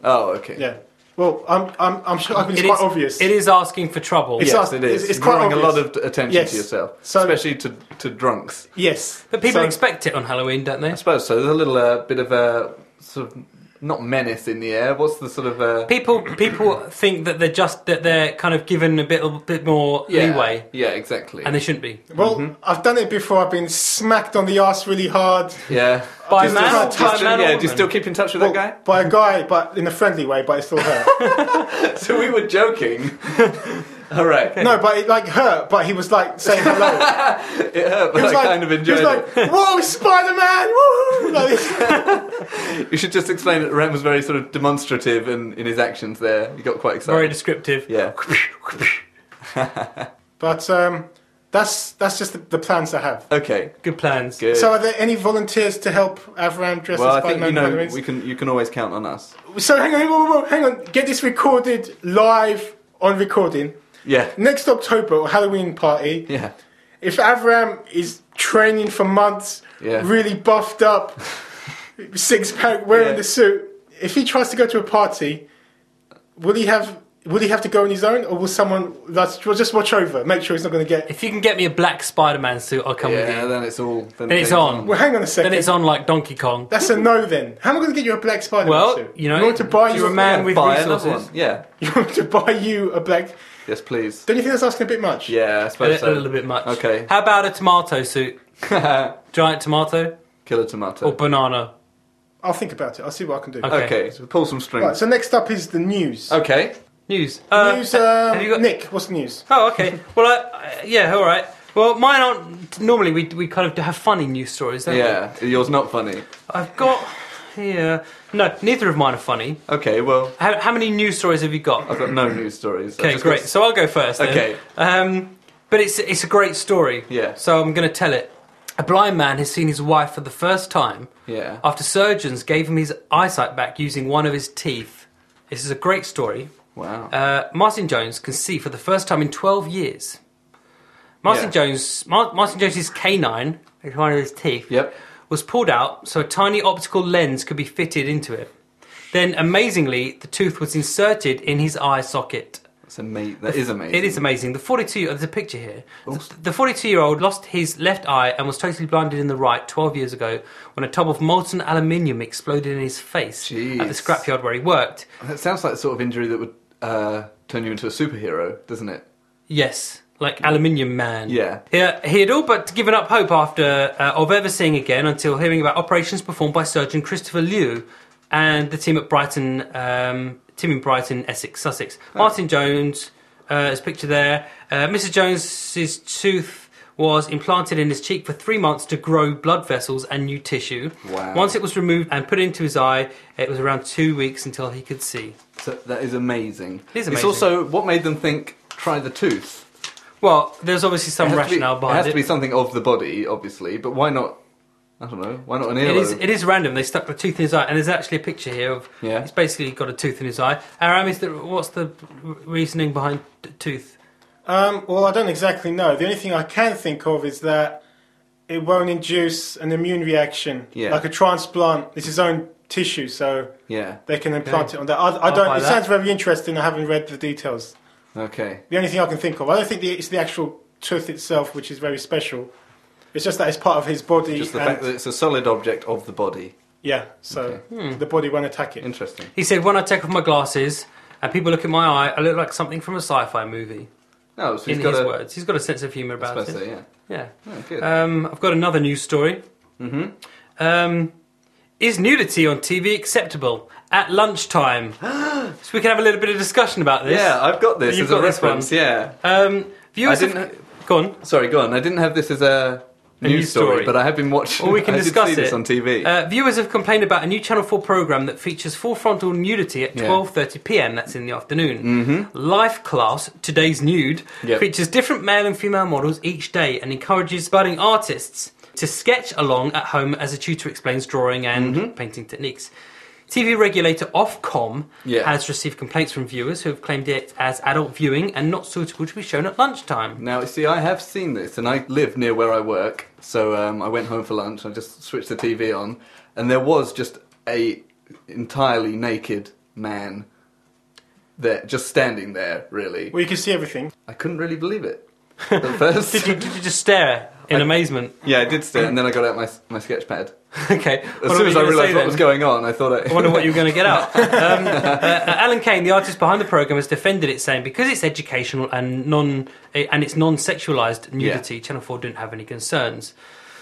A: Oh, okay.
C: Yeah. Well, I'm, I'm, I'm sure I mean, it's
B: It
C: quite
B: is-
C: obvious.
B: It is asking for trouble.
C: It's
A: Yes,
C: us-
A: it is.
C: it's- it's
A: You're
C: quite
A: drawing a lot
C: obvious.
A: of attention
C: Yes.
A: to yourself,
C: So-
A: especially to to drunks.
C: Yes.
B: But people
C: So-
B: expect it on Halloween, don't they?
A: I suppose so. There's a little uh, bit of a sort of not menace in the air. What's the sort of uh,
B: People people think that they're just that they're kind of given a bit a bit more
A: yeah,
B: leeway,
A: Yeah, exactly.
B: and they shouldn't be.
C: Well, I've done it before. I've been smacked on the ass really hard
A: yeah,
B: By
A: Do you
B: man
A: still-
B: or-
A: do you
B: by
A: still-
B: man or
A: yeah, do you
B: woman?
A: still keep in touch with
C: Well,
A: that
C: by a guy, but in a friendly way, but it still hurt.
A: guy? <laughs> So we were joking. All right,
C: no, but it like hurt. But he was like saying hello.
A: it hurt, but
C: He
A: I
C: was like,
A: kind of enjoyed
C: he was like, "Whoa, Spider Man! Woo!" Like this.
A: it. You should just explain that Ram was very sort of demonstrative in, in his actions there. He got quite
B: Very
A: excited.
B: descriptive. <laughs>
A: Yeah,
C: But um, that's that's just the, the plans I have.
A: okay,
B: Good plans.
A: good.
C: So, are there any volunteers to help Avram dress
A: well,
C: as
A: I think
C: Spider
A: you
C: Man?
A: know we can. You can always count on us.
C: So hang on, whoa, whoa, whoa, hang on. Get this recorded live on recording.
A: Yeah,
C: Next October, Halloween party.
A: yeah.
C: If Avram is training for months,
A: Yeah.
C: really buffed up,
A: <laughs>
C: six pack, wearing
A: Yeah.
C: the suit, if he tries to go to a party, will he have? Will he have to go on his own, or will someone that's, will just watch over, make sure he's not going to get?
B: If you can get me a black Spider-Man suit, I'll come with
A: Yeah,
B: you.
A: then it's all. Then,
B: Then it's
A: it's
B: on.
C: Well, hang on a second.
B: Then it's on like Donkey Kong.
C: That's a no. Then how am I going to get you a black Spider-Man
B: Well,
C: suit?
B: you know,
C: you want to buy
B: you're
C: you
B: a man with
A: Buy another
B: resources.
A: one. Yeah.
C: <laughs> You want to buy you a black?
A: Yes, please.
C: Don't you think that's asking a bit much?
A: Yeah, I
B: A
A: suppose
B: little,
A: so.
B: a little bit much.
A: Okay.
B: How about a tomato suit? Giant tomato
A: <laughs> Killer
B: or
A: tomato.
B: banana?
C: I'll think about it. I'll see what I can do.
B: Oh, Okay.
A: okay. so pull some strings.
C: Right, so next up is the news.
A: Okay.
B: News. Uh,
C: news, um,
B: have you got-
C: Nick, what's the news?
A: <laughs>
B: Oh, okay. Well, I, I, yeah, all right. Well, mine aren't. Normally, we, we kind of have funny news stories, don't we?
A: Yeah, yours not funny.
B: I've got here. No, neither of mine are funny.
A: Okay, well,
B: How, how many news stories have you got?
A: I've got no news stories. I've
B: Okay,
A: just
B: great.
A: got-
B: So I'll go first. then.
A: Okay.
B: Um, but it's it's a great story.
A: Yeah.
B: So I'm going to tell it. A blind man has seen his wife for the first time
A: Yeah.
B: after surgeons gave him his eyesight back using one of his teeth. This is a great story.
A: Wow.
B: Uh, Martin Jones can see for the first time in 12 years. Martin
A: Yeah.
B: Jones, Mar- Martin Jones's canine, it's one of his teeth,
A: Yep.
B: was pulled out so a tiny optical lens could be fitted into it. Then, amazingly, the tooth was inserted in his eye socket.
A: That's amazing. That is amazing.
B: It is amazing. The 42 there's a picture here.
A: Oops.
B: The 42 year old lost his left eye and was totally blinded in the right 12 years ago when a tub of molten aluminium exploded in his face at the
A: Jeez.
B: scrapyard where he worked.
A: That sounds like the sort of injury that would uh, turn you into a superhero, doesn't it?
B: Yes, like Aluminium Man.
A: Yeah.
B: Yeah, he had all but given up hope after uh, of ever seeing again until hearing about operations performed by surgeon Christopher Liu and the team at Brighton um, Tim in Brighton, Essex, Sussex.
A: Oh.
B: Martin Jones uh, is pictured there. Uh, Mrs. Jones's tooth was implanted in his cheek for three months to grow blood vessels and new tissue.
A: Wow.
B: Once it was removed and put into his eye, it was around two weeks until he could see.
A: So that is amazing.
B: It is
A: It's
B: amazing.
A: also what made them think try the tooth.
B: Well, there's obviously some
A: It has to be-
B: rationale
A: It
B: behind
A: has
B: it.
A: to be something of the body, obviously, but why not? I don't know. Why not an
B: It is,
A: earlobe?
B: it is random. They stuck the tooth in his eye, and there's actually a picture here of
A: Yeah.
B: he's basically got a tooth in his eye. Aram, is the, what's the r- reasoning behind t- tooth?
C: Um, well, I don't exactly know. The only thing I can think of is that it won't induce an immune reaction.
A: Yeah.
C: Like a transplant, it's his own tissue, so
A: Yeah.
C: they can implant
B: Okay.
C: it on that. I, I
B: I'll
C: don't.
B: buy
C: It
B: that.
C: sounds very interesting. I haven't read the details.
A: Okay.
C: The only thing I can think of, I don't think the, it's the actual tooth itself, which is very special. It's just that it's part of his body.
A: Just the
C: and-
A: fact that it's a solid object of the body.
C: yeah, so the body won't attack it.
A: Interesting.
B: He said, "When I take off my glasses and people look at my eye, I look like something from a sci-fi movie."
A: No, Oh, so he's
B: in
A: got
B: his
A: a.
B: words, he's got a sense of humour
A: I
B: about
A: suppose so,
B: it.
A: yeah.
B: Yeah.
A: Oh, good.
B: Um, I've got another news story.
A: hmm
B: Um, is nudity on TV acceptable
A: <gasps>
B: at lunchtime? so we can have a little bit of discussion about this.
A: Yeah, I've got this
B: You've
A: as
B: got
A: a
B: this one.
A: reference. Yeah.
B: Um, viewers,
A: I
B: have-
A: didn't-
B: go on.
A: Sorry, go on. I didn't have this as a,
B: A
A: news,
B: news
A: story,
B: story.
A: but I have been watching.
B: Well, we can
A: <laughs> I did
B: discuss
A: see this
B: it.
A: on TV.
B: Uh, viewers have complained about a new Channel 4 program that features full frontal nudity at
A: Yeah. Mm-hmm.
B: 12:30 p.m. That's in the afternoon. Life Class, today's nude,
A: Yep.
B: features different male and female models each day and encourages budding artists to sketch along at home as a tutor explains drawing and
A: Mm-hmm.
B: painting techniques. TV regulator Ofcom
A: Yeah.
B: has received complaints from viewers who have claimed it as adult viewing and not suitable to be shown
A: <laughs>
B: at lunchtime.
A: Now, you see, I have seen this, and I live near where I work, so um, I went home for lunch. I just switched the TV on, and there was just a entirely naked man there, just standing there. Really,
C: Well, you can see everything.
A: I couldn't really believe it
B: <laughs>
A: at first.
B: Did you, did you just stare in amazement? <laughs>
A: Yeah, I did stare, and then I got out my my sketch pad.
B: okay.
A: As soon
B: what were
A: as
B: you
A: I
B: gonna say
A: realised what
B: then?
A: was going on, I thought I. <laughs>
B: I wonder what you were going to get out. Um, uh, Alan Kane, the artist behind the program, has defended it, saying because it's educational and non eh, and it's non-sexualized nudity, Channel Four didn't have any concerns.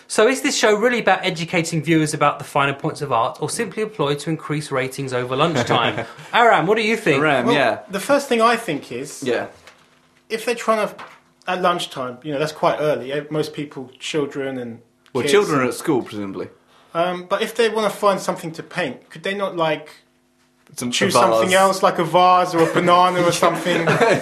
B: So, is this show really about educating viewers about the finer points of art, or simply a ploy to increase ratings over lunchtime?
A: <laughs>
B: Aram, what do you think?
A: Ram,
C: Well,
A: yeah,
C: The first thing I think is
A: yeah,
C: if they're trying to at lunchtime, you know, that's quite early. eh, Most people, children and
A: well,
C: kids.
A: children are at school presumably.
C: Um, but if they want to find something to paint, could they not like
A: Some
C: choose
A: vase.
C: something else, like a vase or a banana
A: <laughs>
C: or something? I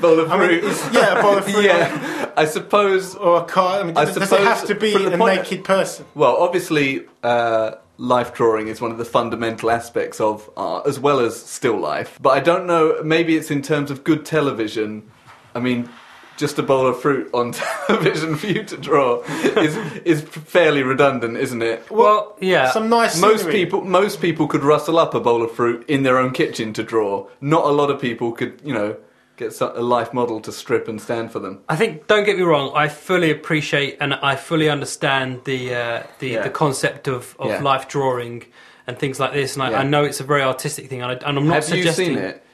A: bowl of
C: mean,
A: fruit.
C: it's- yeah, a bowl of
A: <laughs>
C: fruit
A: yeah, I suppose
C: or a car. I mean,
A: I
C: does, does it have
A: suppose
C: to be
A: from the
C: a
A: point-
C: naked person?
A: Well, obviously, uh, life drawing is one of the fundamental aspects of art, as well as still life. But I don't know, maybe it's in terms of good television. I mean, just a bowl of fruit on <laughs> television for you to draw is, is fairly redundant, isn't it?
B: Well, yeah.
C: Some nice
A: Most
C: scenery.
A: people, most people could rustle up a bowl of fruit in their own kitchen to draw. Not a lot of people could, you know, get so- a life model to strip and stand for them.
B: I think don't get me wrong. I fully appreciate and I fully understand the uh, the,
A: Yeah.
B: the concept of, of
A: Yeah.
B: life drawing and things like this, and I,
A: Yeah.
B: I know it's a very artistic thing, and, I, and I'm not
A: Have you
B: suggesting.
A: seen it?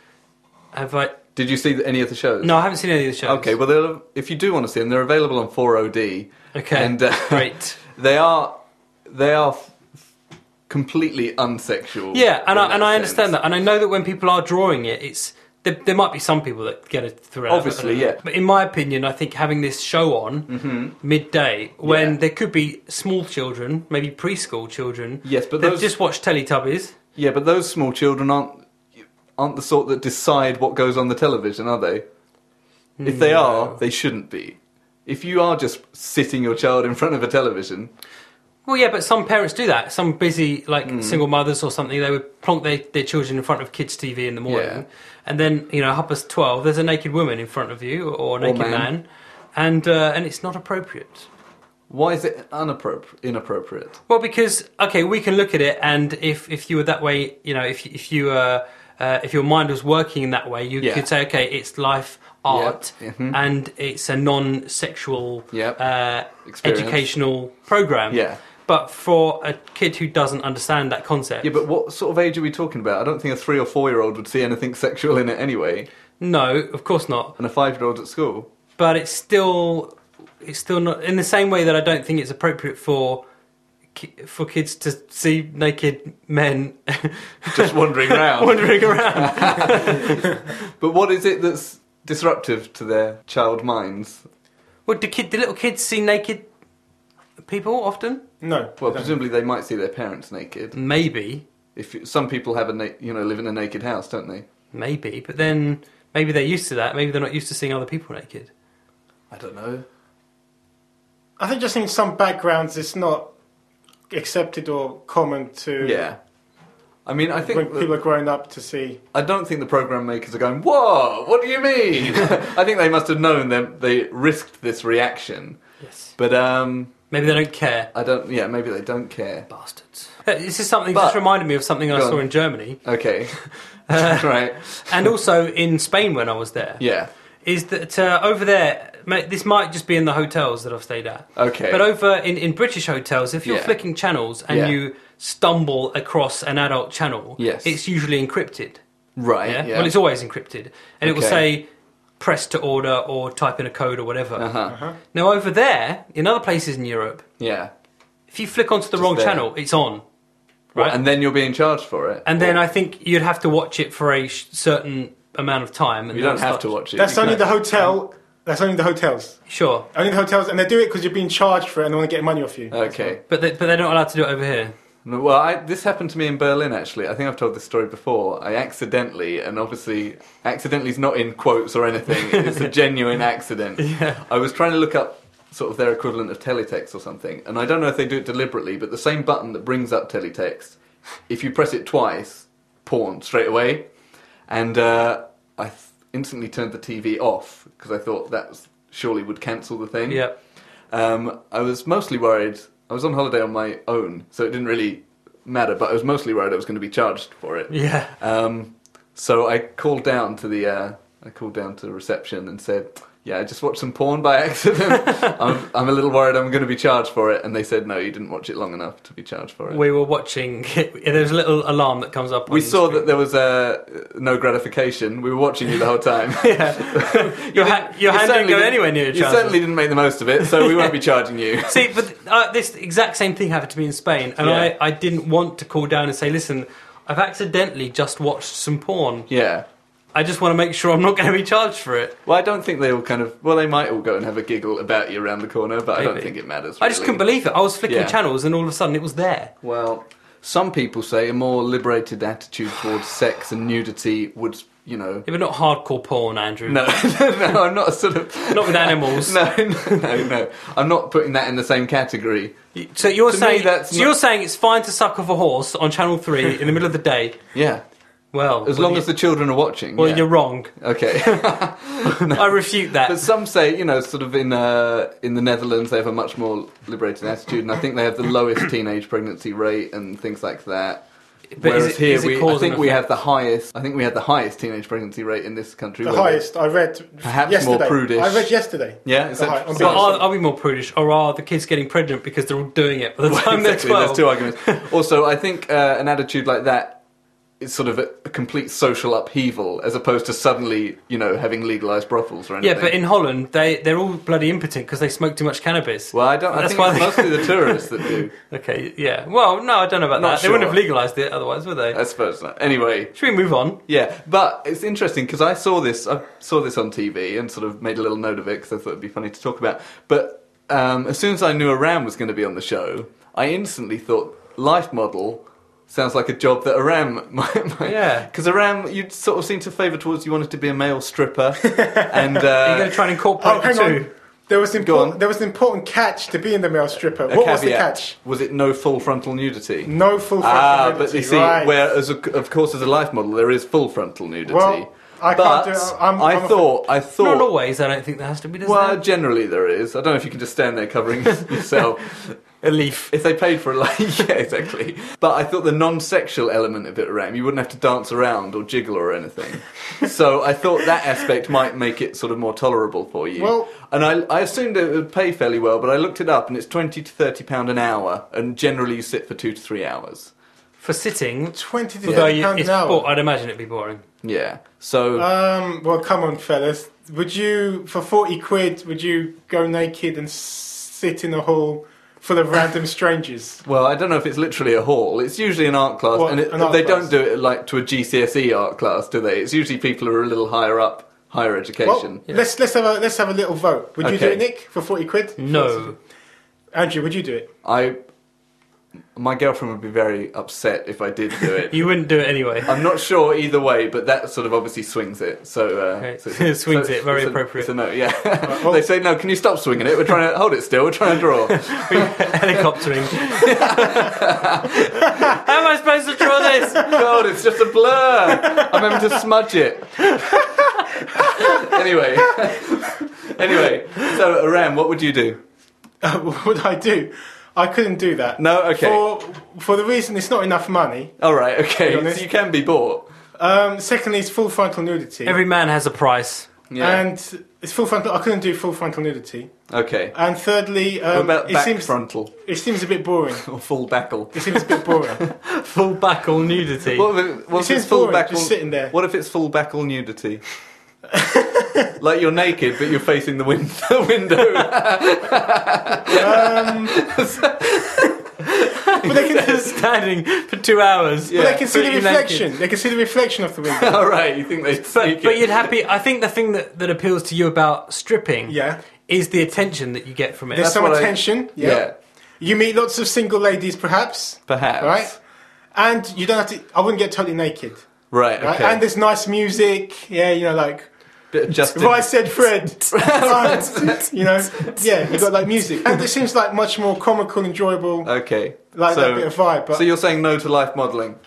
B: Have I?
A: Did you see any of the shows?
B: No, I haven't seen any of the shows.
A: Okay, well, they're, if you do want to see them, they're available on 4OD.
B: okay,
A: and, uh, <laughs>
B: great.
A: They are they are f- f- completely unsexual.
B: Yeah, and
A: in
B: I, and I understand
A: sense.
B: that, and I know that when people are drawing it, it's there, there might be some people that get it through.
A: Obviously, yeah. Mm-hmm.
B: But in my opinion, I think having this show on midday when
A: Yeah.
B: there could be small children, maybe preschool children,
A: Yes, but
B: that
A: those
B: just watch Teletubbies.
A: yeah, but those small children aren't aren't the sort that decide what goes on the television, are they? If they are,
B: No.
A: they shouldn't be. If you are just sitting your child in front of a television,
B: Well, yeah, but some parents do that. Some busy, like
A: Hmm.
B: single mothers or something, they would plonk their, their children in front of kids' TV in the morning,
A: Yeah.
B: and then you know, half past twelve, there's a naked woman in front of you
A: Or
B: or a naked
A: man.
B: man. and uh, and it's not appropriate.
A: why is it unappropri- inappropriate?
B: Well, because okay, we can look at it, and if if you were that way, you know, if if you uh, uh, if your mind was working in that way, you
A: Yeah.
B: could say, okay, it's life art,
A: Mhm.
B: and it's a non-sexual
A: Yep.
B: uh,
A: Experience.
B: educational program.
A: Yeah.
B: But for a kid who doesn't understand that concept,
A: Yeah, but what sort of age are we talking about? I don't think a three or four year old would see anything sexual in it anyway,
B: no, of course not.
A: and a five year old at school.
B: But it's still, it's still not in the same way that I don't think it's appropriate for ki- for kids to see naked men <laughs>
A: Just wandering around.
B: wandering around.
A: But what is it that's disruptive to their child minds?
B: well, do kid, do little kids see naked people often?
C: No.
A: Well,
C: don't.
A: presumably they might see their parents naked.
B: Maybe,
A: If you- some people have a, na- you know, live in a naked house, don't they?
B: maybe, but then maybe they're used to that. Maybe they're not used to seeing other people naked.
A: I don't know.
C: I think just in some backgrounds, it's not accepted or common to
A: Yeah. I mean, I
C: when
A: think that-
C: people are growing up to see.
A: I don't think the program makers are going. Whoa! What do you
B: <laughs>
A: mean? I think they must have known that they risked this reaction.
B: Yes.
A: But um,
B: Maybe they don't care.
A: I don't. Yeah, maybe they don't care.
B: Bastards. Uh, This is something
A: But-
B: just reminded me of something I
A: Go on.
B: saw in Germany
A: Okay. <laughs> right.
B: and also in Spain when I was there.
A: Yeah.
B: Is that uh, over there? ma- This might just be in the hotels that I've stayed at.
A: Okay.
B: But over in, in British hotels, if you're
A: Yeah.
B: flicking channels and
A: Yeah.
B: you stumble across an adult channel,
A: Yes.
B: it's usually encrypted.
A: right.
B: Yeah?
A: Yeah.
B: Well, it's always encrypted. And it will
A: Okay.
B: say press to order or type in a code or whatever.
A: Uh-huh.
B: Now, over there, in other places in Europe,
A: Yeah.
B: if you flick onto the wrong
A: there.
B: channel, it's on.
A: Right.
B: Right.
A: and then you're being charged for it.
B: And then
A: Or-
B: I think you'd have to watch it for a sh- certain amount of time. And
A: you
B: then
A: don't have
B: start-
A: to watch it.
C: That's
A: You
C: only
A: can-
C: the hotel. That's only the hotels.
B: Sure.
C: Only the hotels, and they do it because you're being charged for it, and they want to get money off you.
A: Okay.
B: But, they, but they're not allowed to do it over here.
A: No, Well, I, this happened to me in Berlin actually. I think I've told this story before. I accidentally, and obviously, accidentally is not in quotes or anything. It's a genuine accident. I was trying to look up sort of their equivalent of teletext or something, and I don't know if they do it deliberately, but the same button that brings up teletext, if you press it twice, porn straight away, and uh, I th- instantly turned the TV off because I thought that was- surely would cancel the thing.
B: Yeah.
A: Um, I was mostly worried. I was on holiday on my own, so it didn't really matter. But I was mostly worried I was going to be charged for it.
B: Yeah.
A: Um, so I called down to the uh, I called down to reception and said, "Yeah, I just watched some porn by
B: <laughs>
A: accident. I'm, I'm a little worried I'm going to be charged for it." And they said, "No, you didn't watch it long enough to be charged for it."
B: We were watching. <laughs> There's a little alarm that comes up.
A: We
B: on the
A: saw
B: screen.
A: that there was uh, no gratification. We were watching <laughs> you the whole
B: <laughs>
A: time.
B: your, ha- your
A: You
B: hand didn't
A: certainly
B: go anywhere near your
A: You
B: trousers.
A: certainly didn't make the most of it, so we won't be charging
B: <laughs>
A: you.
B: See, but uh, this exact same thing happened to me in Spain, and
A: Yeah.
B: I, I didn't want to call down and say, "Listen, I've accidentally just watched some porn.
A: Yeah.
B: I just want to make sure I'm not going to be charged for it."
A: Well, I don't think they all kind of. Well, they might all go and have a giggle about you around the corner, but I don't
B: Maybe.
A: think it matters.
B: I just
A: really.
B: couldn't believe it. I was flicking
A: Yeah.
B: channels, and all of a sudden, it was there.
A: Well, some people say a more liberated attitude towards sex and nudity would, you know.
B: Yeah, but not hardcore porn, Andrew.
A: No, <laughs> no, I'm not sort of.
B: Not with animals.
A: <laughs> No, no, no, no. I'm not putting that in the same category.
B: So you're
A: To me,
B: saying
A: that's
B: so
A: not-
B: you're saying it's fine to suck off a horse on Channel Three in the middle of
A: <laughs>
B: the day.
A: Yeah,
B: Well,
A: as
B: well,
A: long
B: you-
A: as the children are watching.
B: well,
A: yeah. <laughs>
B: you're wrong. <laughs>
A: okay.
B: I refute that.
A: But some say, you know, sort of in uh, in the Netherlands, they have a much more liberated attitude, and I think they have the lowest teenage pregnancy rate and things like that.
B: But is
A: Whereas
B: it-
A: here,
B: is it
A: we,
B: cause
A: I
B: and
A: think we
B: effect?
A: have the highest. I think we have the highest teenage pregnancy rate in this country.
C: The
A: where we- <laughs>
C: highest I read.
A: Perhaps
C: yesterday.
A: more prudish.
C: I read yesterday.
A: Yeah, is
C: The
A: that-
C: high- on
A: so
B: But
C: BBC.
B: are, are we more prudish, or are the kids getting pregnant because they're all doing it by the time
A: exactly.
B: they're
A: There's
B: twelve?
A: two arguments. also, I think uh, an attitude like that is sort of a, a complete social upheaval, as opposed to suddenly, you know, having legalized brothels or anything.
B: yeah, but in Holland, they they're all bloody impotent because they smoke too much cannabis.
A: well, I don't. I
B: That's
A: think
B: why
A: it's
B: they-
A: mostly
B: <laughs>
A: the tourists that do.
B: okay, yeah. Well, no, I don't know about
A: Not
B: that. They wouldn't
A: sure.
B: have legalised it otherwise, would
C: Uh,
B: they?
A: I suppose not. Anyway,
B: Should we move on?
A: Yeah, but it's interesting because I saw this. I saw this on TV and sort of made a little note of it because I thought it'd be funny to talk about. But um, as soon as I knew Aram was going to be on the show, I instantly thought life model sounds like a job that Aram <laughs> might. might
B: Yeah.
A: Because Aram, you sort of seemed to favour towards you wanted to be a male
C: <laughs>
A: stripper, and
B: Are you going
A: uh,
B: to try and incorporate
C: Oh, hang
B: the two?
C: on. There was,
A: on.
C: important, there was an important catch to be in the male stripper.
A: a
C: What was the
A: caveat,
C: catch?
A: was it no full frontal nudity?
C: No full frontal
A: Ah,
C: nudity.
A: but you see,
C: right.
A: where as a, of course as a life model there is full frontal nudity.
C: Well, I can't
A: but
C: do it. I'm-
A: I
C: I'm a-
A: thought, I thought,
B: Not always. I don't think there has to be. Does
A: Well,
B: there?
A: generally there is. I don't know if you can just stand there covering yourself.
B: a leaf.
A: If they paid for it, like, <laughs> yeah, exactly. But I thought the non-sexual element of it, Ram, you wouldn't have to dance around or jiggle or anything. so I thought that aspect might make it sort of more tolerable for you.
C: Well-
A: and I, I assumed it would pay fairly well, but I looked it up, and it's twenty to thirty pound an hour, and generally you sit for two to three hours.
B: for sitting.
C: 20 to
B: Although
C: 30
B: you,
C: pounds
B: it's
C: an hour.
B: bo- I'd imagine it'd be boring.
A: Yeah. So
C: Um, well, come on, fellas. Would you, for 40 quid, would you go naked and s- sit in a hall full of random strangers.
A: Well, I don't know if it's literally a hall. It's usually an art class,
C: Well,
A: and it,
C: an art
A: they
C: class.
A: don't do it like to a GCSE E art class, do they? It's usually people who are a little higher up, higher
C: Well,
A: education.
C: let's let's have a let's have a little vote. Would you do
A: Okay.
C: it, Nick, for forty quid?
B: No.
C: Andrew, would you do it? <laughs>
A: I, my girlfriend would be very upset if I did do it.
B: <laughs> You wouldn't do it
C: <laughs>
B: anyway.
A: I'm not sure either way, but that sort of obviously swings it. So, uh,
B: Right. <laughs>
A: so it's-
B: Swings it, very
A: it's a-
B: appropriate.
A: It's a no, yeah. <laughs> they say no. Can you stop swinging it? We're trying to hold it still. We're trying to draw.
B: <laughs> Helicoptering. <laughs> How am I supposed to draw this?
A: God, it's just a blur. I'm having to smudge it. <laughs> anyway, <laughs> anyway. So, Aram, what would you do?
C: Uh, what would I do? I couldn't do that.
A: No, okay.
C: For for the reason it's not enough money.
A: All right, okay.
C: Be honest.
A: So you can be bought.
C: Um, secondly, it's full frontal nudity.
B: Every man has a price.
A: Yeah.
C: And it's full frontal. I couldn't do full frontal nudity.
A: okay.
C: And thirdly, um,
A: what about
C: it
A: back
C: seems
A: frontal
C: it seems a bit boring.
A: or full backle?
C: It seems a bit boring.
A: <laughs>
B: Full backle nudity.
A: What if, it, what if
C: seems
A: it's full
C: boring,
A: backle?
C: just sitting there.
A: What if it's full backle
C: <laughs>
A: nudity? like you're naked, but you're facing the win- <laughs> the window. <laughs>
C: um, but
A: <laughs>
C: they
B: <laughs>
C: can.
B: Standing for two hours.
A: Yeah.
C: but they can see the
B: Pretty naked.
C: reflection. They can see the reflection of the window.
A: <laughs> All right, you think they sneak
B: But, but
A: it?
B: you'd happy. I think the thing that, that appeals to you about stripping
C: Yeah.
B: is the attention that you get from it.
C: There's some
A: what I-
C: attention.
A: yeah.
C: yeah. You meet lots of single ladies, perhaps.
A: perhaps.
C: Right? And you don't have to. I wouldn't get totally naked.
A: Right.
C: Right?
A: Okay.
C: And there's nice music. Yeah, you
A: <laughs>
C: know, like
A: Bit of Justin.
C: Right Said
A: <laughs>
C: Fred. Right, <laughs> you know, yeah, you got like music, and it seems like much more comical, enjoyable,
A: Okay.
C: like
A: so,
C: that bit of vibe. But
A: so you're saying no to life modelling?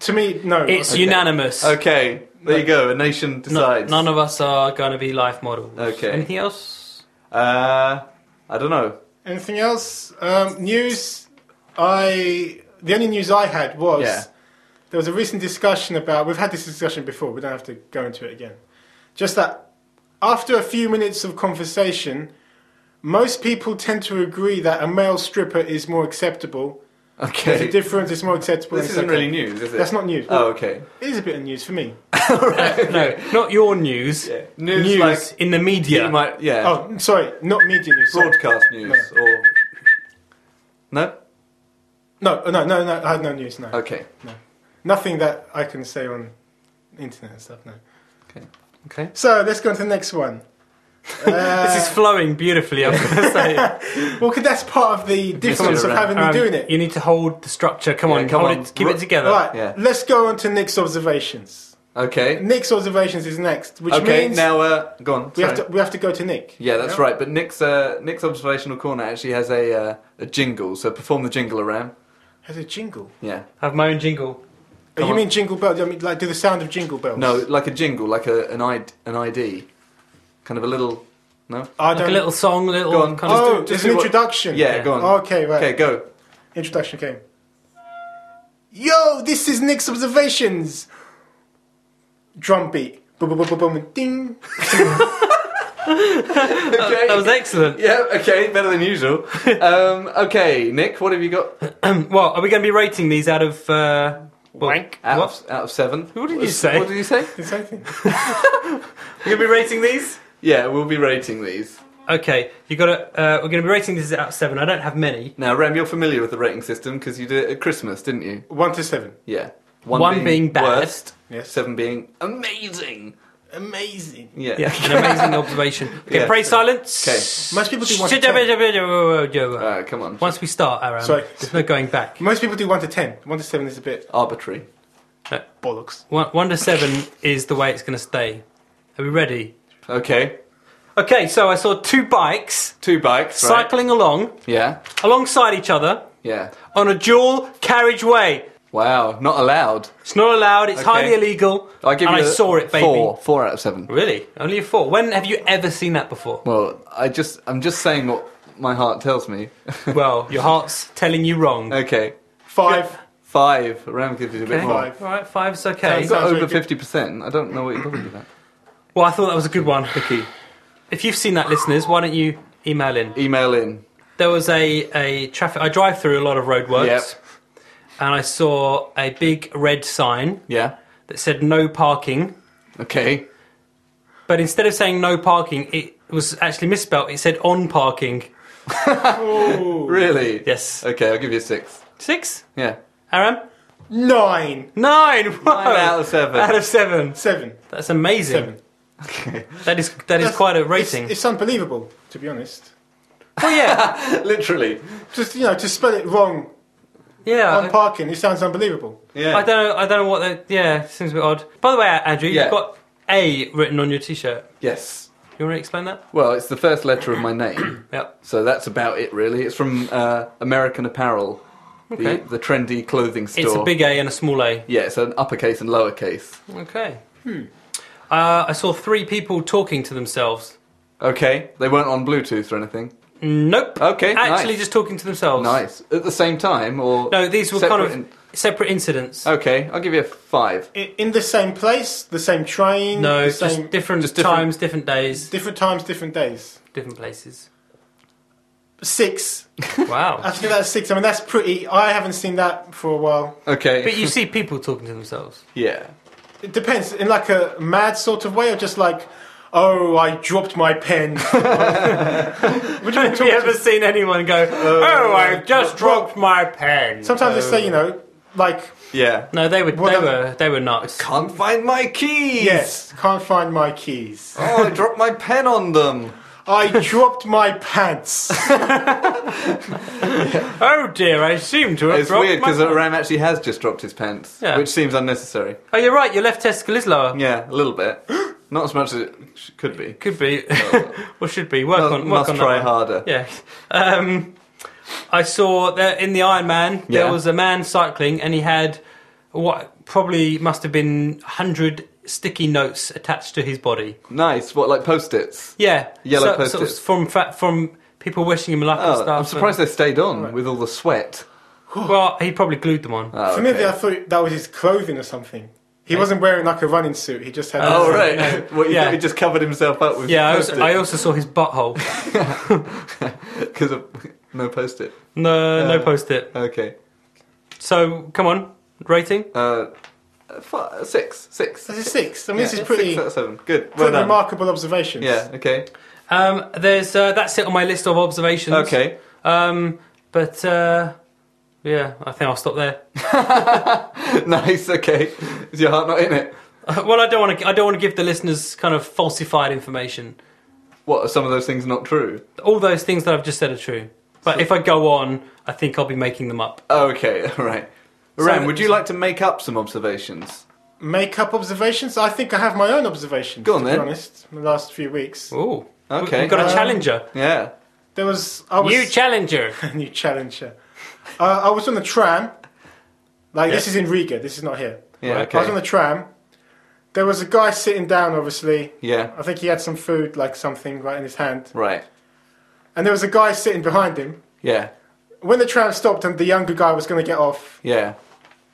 C: to me, no.
B: it's unanimous.
A: Okay. There you go. A nation
B: No-
A: decides.
B: none of us are going to be life models.
A: Okay. <laughs>
B: Anything else?
A: Uh, I don't know.
C: Anything else? Um, news? I the only news I had was
A: Yeah.
C: there was a recent discussion about. We've had this discussion before. We don't have to go into it again. Just that after a few minutes of conversation, most people tend to agree that a male stripper is more acceptable. There's a
A: Okay.
C: difference. It's more acceptable.
A: This
C: and
A: isn't
C: it's okay.
A: really news, is it?
C: That's not news.
A: Oh, okay.
C: It is a bit of news for me.
B: No, not your news.
A: Yeah.
B: News,
A: News like-
B: in the media.
A: You might, yeah.
C: Oh, sorry, not media news. sorry.
A: broadcast news or no?
C: No, no, no, no. I had no news. No,
A: Okay.
C: nothing that I can say on internet and stuff. No.
A: Uh,
B: okay.
C: So let's go on to the
A: <laughs>
C: next one. Uh,
B: this is flowing beautifully. I'm going
A: <laughs>
B: to say.
C: Well, 'cause that's part of the difference of
A: around.
C: having
B: Um,
C: me doing it.
B: You need to hold the structure. Come on,
A: Yeah, come
B: hold
A: on.
B: it. Keep
A: Ru-
B: it together.
C: Right,
A: Yeah.
C: let's go on to Nick's observations.
A: Okay.
C: Nick's observations is next, which
A: okay.
C: means
A: Now, uh, go on.
C: we, have to,
A: sorry.
C: we have to go to Nick.
A: Yeah, that's right. But Nick's uh, Nick's observational corner actually has a uh, a jingle, so perform the jingle around.
C: Has a jingle.
A: Yeah.
B: I have my own jingle.
C: Oh, you
A: on.
C: mean jingle bells? I mean, like, do the sound of jingle bells?
A: No, like a jingle, like a an ID, an ID, kind of a little. No.
C: I
B: Like a
C: don't.
B: little song, a little
A: Go on.
B: kind of.
C: oh,
A: just
C: there's
A: do
C: an
A: what-
C: introduction.
A: Yeah.
B: Yeah.
A: Go on.
C: Okay, right.
A: Okay. Go.
C: Introduction came. Yo, this is Nick's observations. Drum beat. Boom, boom, boom, boom, boom, ding.
A: <laughs> okay.
B: That was excellent.
A: yeah. Okay. Better than
B: <laughs>
A: usual. um, okay, Nick. What have you got
B: well, are we going to be rating these out of? Uh, well,
C: Wank.
A: out
B: What?
A: of out of seven?
B: What did you say?
A: What did you say?
C: It's
A: <laughs>
C: anything.
B: We're going to be rating these.
A: Yeah, we'll be rating these.
B: Okay, you got to. Uh, we're going to be rating these out of seven. I don't have many.
A: Now, Rem, you're familiar with the rating system because you did it at Christmas, didn't you?
C: One to seven.
A: Yeah.
B: One being bad.
A: worst,
C: Yes.
A: seven being amazing.
C: Amazing.
A: Yeah.
B: <laughs> Yeah, an amazing observation. Okay,
A: Yeah.
B: pray silence.
A: Okay.
C: Most people do one to ten.
A: <laughs> Uh, come on.
B: <laughs> Once we start, Aaron,
C: Sorry.
B: there's no going back.
C: Most people do one to ten. One to seven is a bit
A: Arbitrary.
C: bollocks.
B: Uh, One, one to seven is the way it's going to stay. Are we ready?
A: Okay.
B: Okay, so I saw two bikes
A: Two bikes. Right?
B: cycling along
A: Yeah.
B: alongside each other
A: Yeah.
B: on a dual carriageway.
A: Wow. Not allowed.
B: It's not allowed. It's
A: Okay.
B: highly illegal.
A: I give
B: and
A: you
B: I
A: a
B: saw it, baby.
A: Four. Four out of seven.
B: Really? Only a four. When have you ever seen that before?
A: Well, I just, I'm just saying what my heart tells me. <laughs>
B: well, your heart's telling you wrong.
A: okay.
C: Five.
A: Five. Rem gives you a bit
B: Okay.
A: more.
C: Five.
B: All right, five's okay.
A: You've got
C: Sounds very
A: over
C: good.
A: fifty percent. I don't know what you're talking about.
B: Well, I thought that was a good one.
A: Key.
B: If you've seen that, listeners, why don't you email in?
A: Email in.
B: There was a, a traffic. I drive through a lot of roadworks,
A: Yep.
B: and I saw a big red sign
A: Yeah.
B: that said no parking.
A: Okay.
B: But instead of saying no parking, it was actually misspelled. It said on parking.
C: Ooh.
A: Really?
B: Yes.
A: Okay, I'll give you a six.
B: Six?
A: Yeah. <laughs>
B: Aram?
C: Nine.
B: Nine! Whoa.
A: Nine out of seven.
B: Out of seven.
C: Seven.
B: That's amazing.
C: Seven.
B: That is that is
C: That's-
B: quite a
C: It's,
B: rating.
C: it's unbelievable, to be honest.
B: well, yeah,
A: <laughs> Literally.
C: Just, you know, to spell it wrong
B: yeah.
C: on parking, it sounds unbelievable.
A: Yeah.
B: I don't know. I don't know what the yeah. it Seems a bit odd. By the way, Andrew,
A: Yeah.
B: you've got A written on your T-shirt.
A: Yes.
B: You want to explain that?
A: Well, it's the first letter of my
B: <coughs>
A: name,
B: Yep.
A: so that's about it, really. It's from uh, American Apparel,
B: Okay.
A: the, the trendy clothing store.
B: It's a big A and a small A.
A: Yeah, it's an uppercase and lowercase.
B: Okay. Hmm. Uh, I saw three people talking to themselves.
A: Okay, they weren't on Bluetooth or anything.
B: Nope.
A: Okay,
B: Actually,
A: nice.
B: just talking to themselves.
A: nice. At the same time, or
B: No, these were kind
A: separate
B: of
A: in- Oh,
B: separate incidents.
A: okay, I'll give you a five.
C: I- In the same place, the same train,
B: No,
C: the
B: just
C: same,
B: different
A: Just different-
B: times, different days,
C: different times, different days.
B: different
A: <laughs>
B: places.
C: Six. I
B: Wow.
C: think that's six. I mean, that's pretty. I haven't seen that for a while.
A: Okay.
B: but you see people talking to themselves.
A: yeah.
C: It depends in like a mad sort of way, or just like, oh, I dropped my pen.
B: <laughs>
C: Would you
B: Have you ever seen anyone go, "Oh, I've just dropped my pen"?
C: Sometimes they
B: <laughs>
C: say, you
B: Oh.
C: know, like,
A: Yeah.
B: No, they were
C: Well,
B: they
C: that-
B: were they were nuts.
A: Can't find my keys.
C: yes, can't find my keys.
A: Oh, I dropped my pen on
B: <laughs>
A: them. <laughs>
C: I dropped my pants.
B: Oh dear, I seem to have
A: It's
B: dropped
A: weird uh,
B: my.
A: because Ram actually has just dropped his pants,
B: Yeah.
A: which seems unnecessary.
B: Oh, you're right. Your left testicle is lower.
A: Yeah, a little bit. <gasps> Not as much as it sh- could
B: <laughs>
A: be.
B: Could be, or should be. Work
A: Mu-
B: on. Work
A: must
B: on that
A: try
B: one.
A: harder.
B: Yeah. Um, I saw that in the Iron Man
A: Yeah.
B: there was a man cycling and he had what probably must have been hundred sticky notes attached to his body.
A: Nice. What, like post its?
B: Yeah,
A: Yellow
B: so, sort of
A: Post-its.
B: from fa- from people wishing him luck and
A: Oh,
B: stuff.
A: I'm surprised they stayed on with all the sweat.
B: and- <laughs> well, he probably glued them on.
A: <laughs> Oh,
C: For me,
A: okay.
C: I thought that was his clothing or something. He wasn't wearing like a running suit. He just had.
A: Oh,
C: this-
A: right. <laughs>
B: No.
A: What, you
B: Yeah.
A: thought he just covered himself up with
B: yeah, I
A: post
B: also, I also saw his butthole.
A: Because of <laughs> no post it.
B: No, no
A: Uh,
B: post it.
A: Okay.
B: So come on, rating.
A: Uh, five, six. Six.
C: This is six. I mean, this
A: Yeah,
C: is pretty,
A: Six out of seven. Good. Well
C: pretty
A: done.
C: remarkable observations.
A: Yeah, okay.
B: Um, there's uh, that's it on my list of observations.
A: Okay. <laughs>
B: Um, but uh, yeah, I think I'll stop there. <laughs>
A: nice, okay. Is your heart not in it?
B: well, I don't want to. I don't want to give the listeners kind of falsified information.
A: What, are some of those things not true?
B: All those things that I've just said are true. But if I go on, I think I'll be making them up.
A: Oh, Okay, <laughs> alright.
B: So-
A: Ram, would you like to make up some observations?
C: Make up observations. I think I have my own observations.
A: Go on
C: to
A: then.
C: Be honest, in the last few weeks
B: Ooh.
A: Okay.
B: We've got a
C: Um,
B: challenger.
A: Yeah.
C: there was I was <laughs>
B: New challenger.
C: a new challenger. Uh, I was on the tram. Like this is in Riga. This is not here.
A: Yeah,
C: I was on
A: okay.
C: the tram. There was a guy sitting down. Obviously,
A: Yeah.
C: I think he had some food, like something, right in his hand.
A: Right.
C: And there was a guy sitting behind him.
A: Yeah.
C: When the tram stopped and the younger guy was going to get off,
A: Yeah.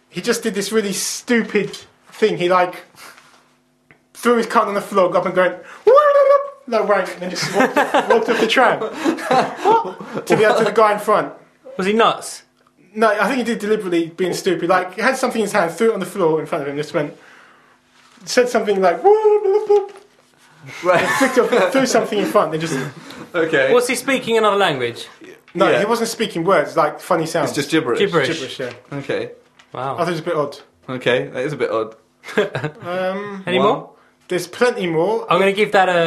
C: he just did this really stupid thing. He like threw his cunt on the floor, got up and going, no rank, and then just walked, walked off the
A: <laughs>
C: tram. to the to the guy in front.
B: Was he nuts?
C: No, I think he did deliberately being stupid. Like he had something in his hand, threw it on the floor in front of him, just went, said something like,
A: Right. <laughs>
C: flicked off, threw something in front, and just
A: Okay.
B: Was he speaking another language?
C: no,
A: Yeah.
C: he wasn't speaking words, like funny sounds.
A: It's just gibberish.
B: Gibberish.
C: gibberish. Yeah,
A: Okay.
C: I
B: Wow.
C: thought it was a bit odd.
A: Okay, that is a bit odd.
C: Um,
B: Any
A: One.
B: more?
C: there's plenty more. <laughs>
B: I'm going to give that a